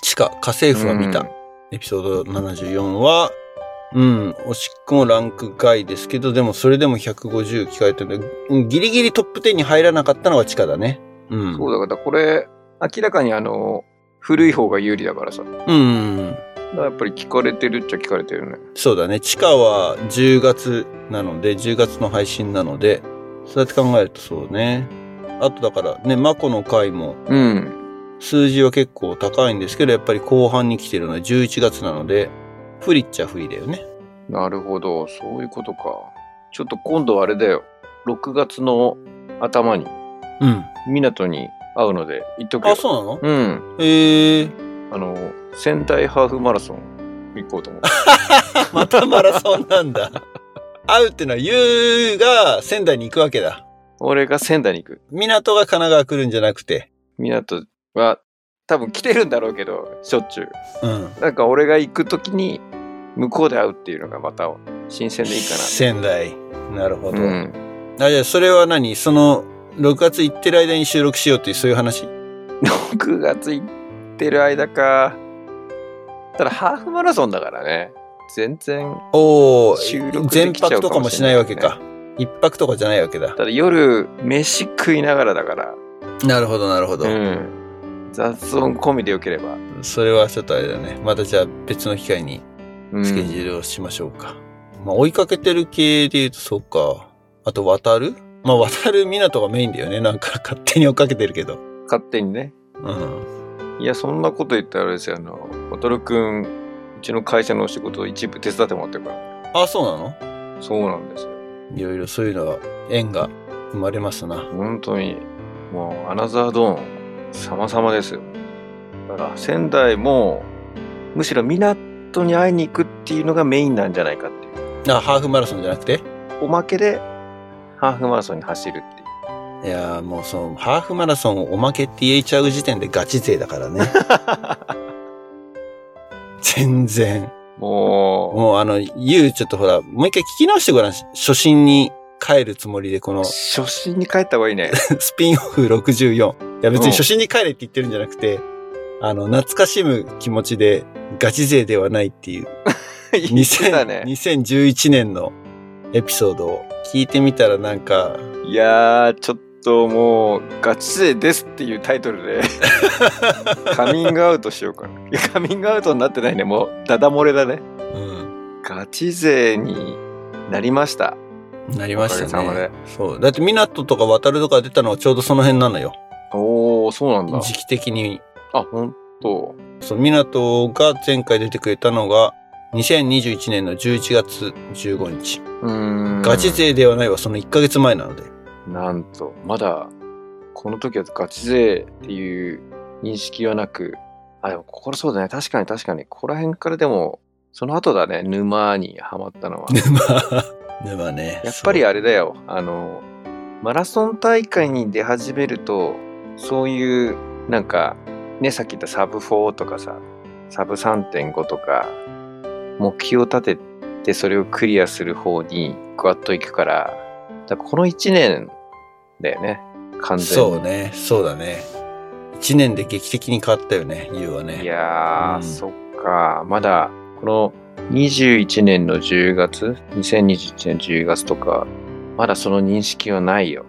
[SPEAKER 1] 地下、家政婦は見た。
[SPEAKER 2] うん
[SPEAKER 1] エピソード74は、うん、おしっこもランク外ですけど、でもそれでも150聞かれてるんでうん、ギリギリトップ10に入らなかったのが地下だね。うん。
[SPEAKER 2] そうだから、これ、明らかにあの、古い方が有利だからさ。だか
[SPEAKER 1] うんうんうん。
[SPEAKER 2] らやっぱり聞かれてるっちゃ聞かれてるね。
[SPEAKER 1] そうだね。地下は10月なので、10月の配信なので、そうやって考えるとそうね。あとだからね、マコの回も
[SPEAKER 2] うん。
[SPEAKER 1] 数字は結構高いんですけど、やっぱり後半に来てるのは11月なので、不利っちゃ不利だよね。
[SPEAKER 2] なるほど。そういうことか。ちょっと今度あれだよ。6月の頭に、
[SPEAKER 1] うん。
[SPEAKER 2] 港に会うので、行っとくよ
[SPEAKER 1] あ、。そうなの
[SPEAKER 2] うん。
[SPEAKER 1] ええー。
[SPEAKER 2] あの、仙台ハーフマラソン行こう と思って。
[SPEAKER 1] またマラソンなんだ。 会うってのは、ゆうが仙台に行くわけだ。
[SPEAKER 2] 俺が仙台に行く。
[SPEAKER 1] 港が神奈川来るんじゃなくて。
[SPEAKER 2] 港は、多分来てるんだろうけど、しょっちゅう。
[SPEAKER 1] うん。
[SPEAKER 2] なんか俺が行くときに、向こうで会うっていうのがまた、新鮮でいいか
[SPEAKER 1] 仙台。なるほ
[SPEAKER 2] な。
[SPEAKER 1] ど。
[SPEAKER 2] うん。
[SPEAKER 1] あ、じゃあそれは何その、6月行ってる間に収録しようっていう、そういう話
[SPEAKER 2] 6月行ってる間か。ただ、ハーフマラソンだからね。全然。
[SPEAKER 1] おお
[SPEAKER 2] 収録
[SPEAKER 1] 全
[SPEAKER 2] できちゃ
[SPEAKER 1] 泊
[SPEAKER 2] う
[SPEAKER 1] と
[SPEAKER 2] か
[SPEAKER 1] か
[SPEAKER 2] も
[SPEAKER 1] も
[SPEAKER 2] し
[SPEAKER 1] し
[SPEAKER 2] れ
[SPEAKER 1] な
[SPEAKER 2] ない
[SPEAKER 1] い
[SPEAKER 2] ね
[SPEAKER 1] わけか。一泊とかじゃないわけだ。
[SPEAKER 2] ただ、夜、飯食いながらだから。
[SPEAKER 1] なるほど、なるほど、
[SPEAKER 2] うん。雑音込みでよければ。
[SPEAKER 1] それはちょっとあれだね。またじゃあ別の機会に
[SPEAKER 2] うん
[SPEAKER 1] スケジュールをしましょうか。まあ追いかけてる系で言うとそうか。あと渡るまあ渡る港がメインだよね。なんか勝手に追っかけてるけど。
[SPEAKER 2] 勝手にね。
[SPEAKER 1] うん。
[SPEAKER 2] いや、そんなこと言ったらあれですよ、あの、ボトルくん、うちの会社のお仕事を一部手伝ってもらってるから。
[SPEAKER 1] あ、そうなの
[SPEAKER 2] そうなんですよ。
[SPEAKER 1] いろいろそういうのは縁が生まれますな。
[SPEAKER 2] 本当に、もう、アナザードーン、様々ですよ。だから、仙台も、むしろ港に会いに行くっていうのがメインなんじゃないかっていう。
[SPEAKER 1] あ、ハーフマラソンじゃなくて
[SPEAKER 2] おまけで、ハーフマラソンに走るっていう。
[SPEAKER 1] いやーもうその、ハーフマラソンをおまけって言えちゃう時点でガチ勢だから ね。全然。
[SPEAKER 2] も
[SPEAKER 1] もうあの、ゆうちょっとほら、もう一回聞き直してごらん。初心に帰るつもりで、この
[SPEAKER 2] う、初心に帰った方がいいね。
[SPEAKER 1] スピンオフ64。いや別
[SPEAKER 2] う
[SPEAKER 1] に
[SPEAKER 2] ん
[SPEAKER 1] 初心に帰れって言ってるんじゃなくて、あの、懐かしむ気持ちで、ガチ勢ではないっていう、
[SPEAKER 2] 言ってたね。
[SPEAKER 1] 2011年のエピソードを聞いてみたらなんか、
[SPEAKER 2] いやー、ちょっともう、ガチ勢ですっていうタイト ルで、カミングアウトしようかな。いやカミングアウトになってないね。もう、ダダ漏れだね。
[SPEAKER 1] うん、
[SPEAKER 2] ガチ勢になりました。
[SPEAKER 1] なりまし
[SPEAKER 2] お
[SPEAKER 1] た
[SPEAKER 2] かげさまで
[SPEAKER 1] ね。そう。だって、港とか渡るとか出たのはちょうどその辺なのよ。
[SPEAKER 2] おー、そうなんだ。
[SPEAKER 1] 時期的に。
[SPEAKER 2] あ、ほんと。
[SPEAKER 1] そう、港が前回出てくれたのが、2021年の11月15日。
[SPEAKER 2] うーん。
[SPEAKER 1] ガチ。勢ではないわ、その1ヶ月前なので。
[SPEAKER 2] なんと、まだ、この時はガチ勢っていう認識はなく、あ、でも、ここそうだね。確かに確かに。ここら辺からでも、その後だね、沼にはまったのは。
[SPEAKER 1] 沼。沼ね。
[SPEAKER 2] やっぱり
[SPEAKER 1] そう
[SPEAKER 2] あれだよ、あの、マラソン大会に出始めると、そういう、なんか、ね、さっき言ったサブ4とかさ、サブ3.5とか、目標を立ててそれをクリアする方にグワッといくから、だからこの1年だよね。完全に。
[SPEAKER 1] そうね、そうだね。一年で劇的に変わったよね、ユウはね。
[SPEAKER 2] いやー、
[SPEAKER 1] うん
[SPEAKER 2] そっか。まだ、この21年の10月、2021年10月とか、まだその認識はないよ。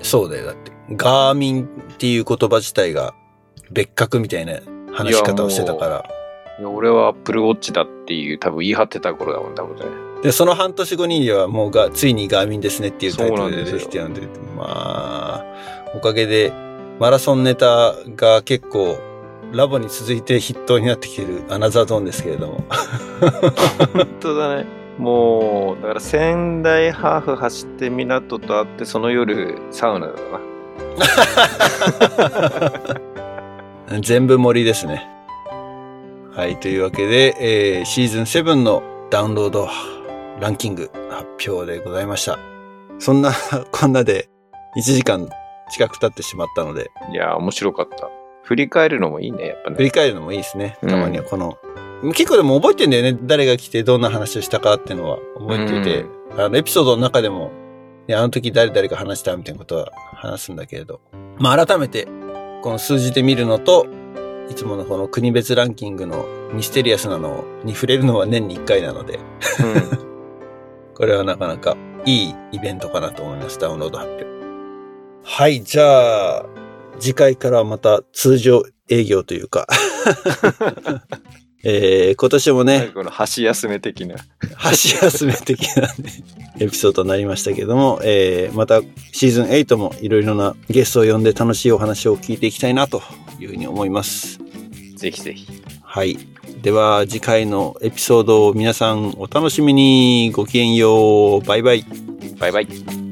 [SPEAKER 1] そうだよ。だって、ガーミンっていう言葉自体が別格みたいな話し方をしてたから。
[SPEAKER 2] いや俺はアップルウォッチだっていう、多分言い張ってた頃だもん、多分ね。
[SPEAKER 1] で、その半年後にはもうが、ついにガーミンですねっていうタイトルで
[SPEAKER 2] そうなん
[SPEAKER 1] で
[SPEAKER 2] です
[SPEAKER 1] き
[SPEAKER 2] よ
[SPEAKER 1] てるんで、まあ、おかげでマラソンネタが結構ラボに続いて筆頭になってきてるアナザードーンですけれども。
[SPEAKER 2] 本当だね。もう、だから仙台ハーフ走って港と会って、その夜、サウナだな。
[SPEAKER 1] 全部森ですね。はい、というわけで、えーシーズン7のダウンロードランキング発表でございました。そんなこんなで1時間近く経ってしまったので、
[SPEAKER 2] いやー、面白かった。振り返るのもいいね、やっぱ
[SPEAKER 1] 振
[SPEAKER 2] ね。
[SPEAKER 1] り返るのもいいですね。
[SPEAKER 2] うん
[SPEAKER 1] たまにはこの、結構でも覚えてんだよね。誰が来てどんな話をしたかっていうのは覚えていて、あの、エピソードの中でも、ねあの時誰々が話したみたいなことは話すんだけれど。まあ、改めて、この数字で見るのと、いつものこの国別ランキングのミステリアスなのに触れるのは年に1回なので、
[SPEAKER 2] うん
[SPEAKER 1] これはなかなかいいイベントかなと思います。ダウンロード発表。はい、じゃあ、次回からはまた通常営業というか、えー、今年もね、
[SPEAKER 2] 最後の箸休め的な。
[SPEAKER 1] 箸休め的な、ね、 エピソードになりましたけども、えーまたシーズン8もいろいろなゲストを呼んで楽しいお話を聞いていきたいなというふうに思います。
[SPEAKER 2] ぜひぜひ。
[SPEAKER 1] はい。では次回のエピソードを皆さんお楽しみにごきげんよう。バイバイ。
[SPEAKER 2] バイバイ。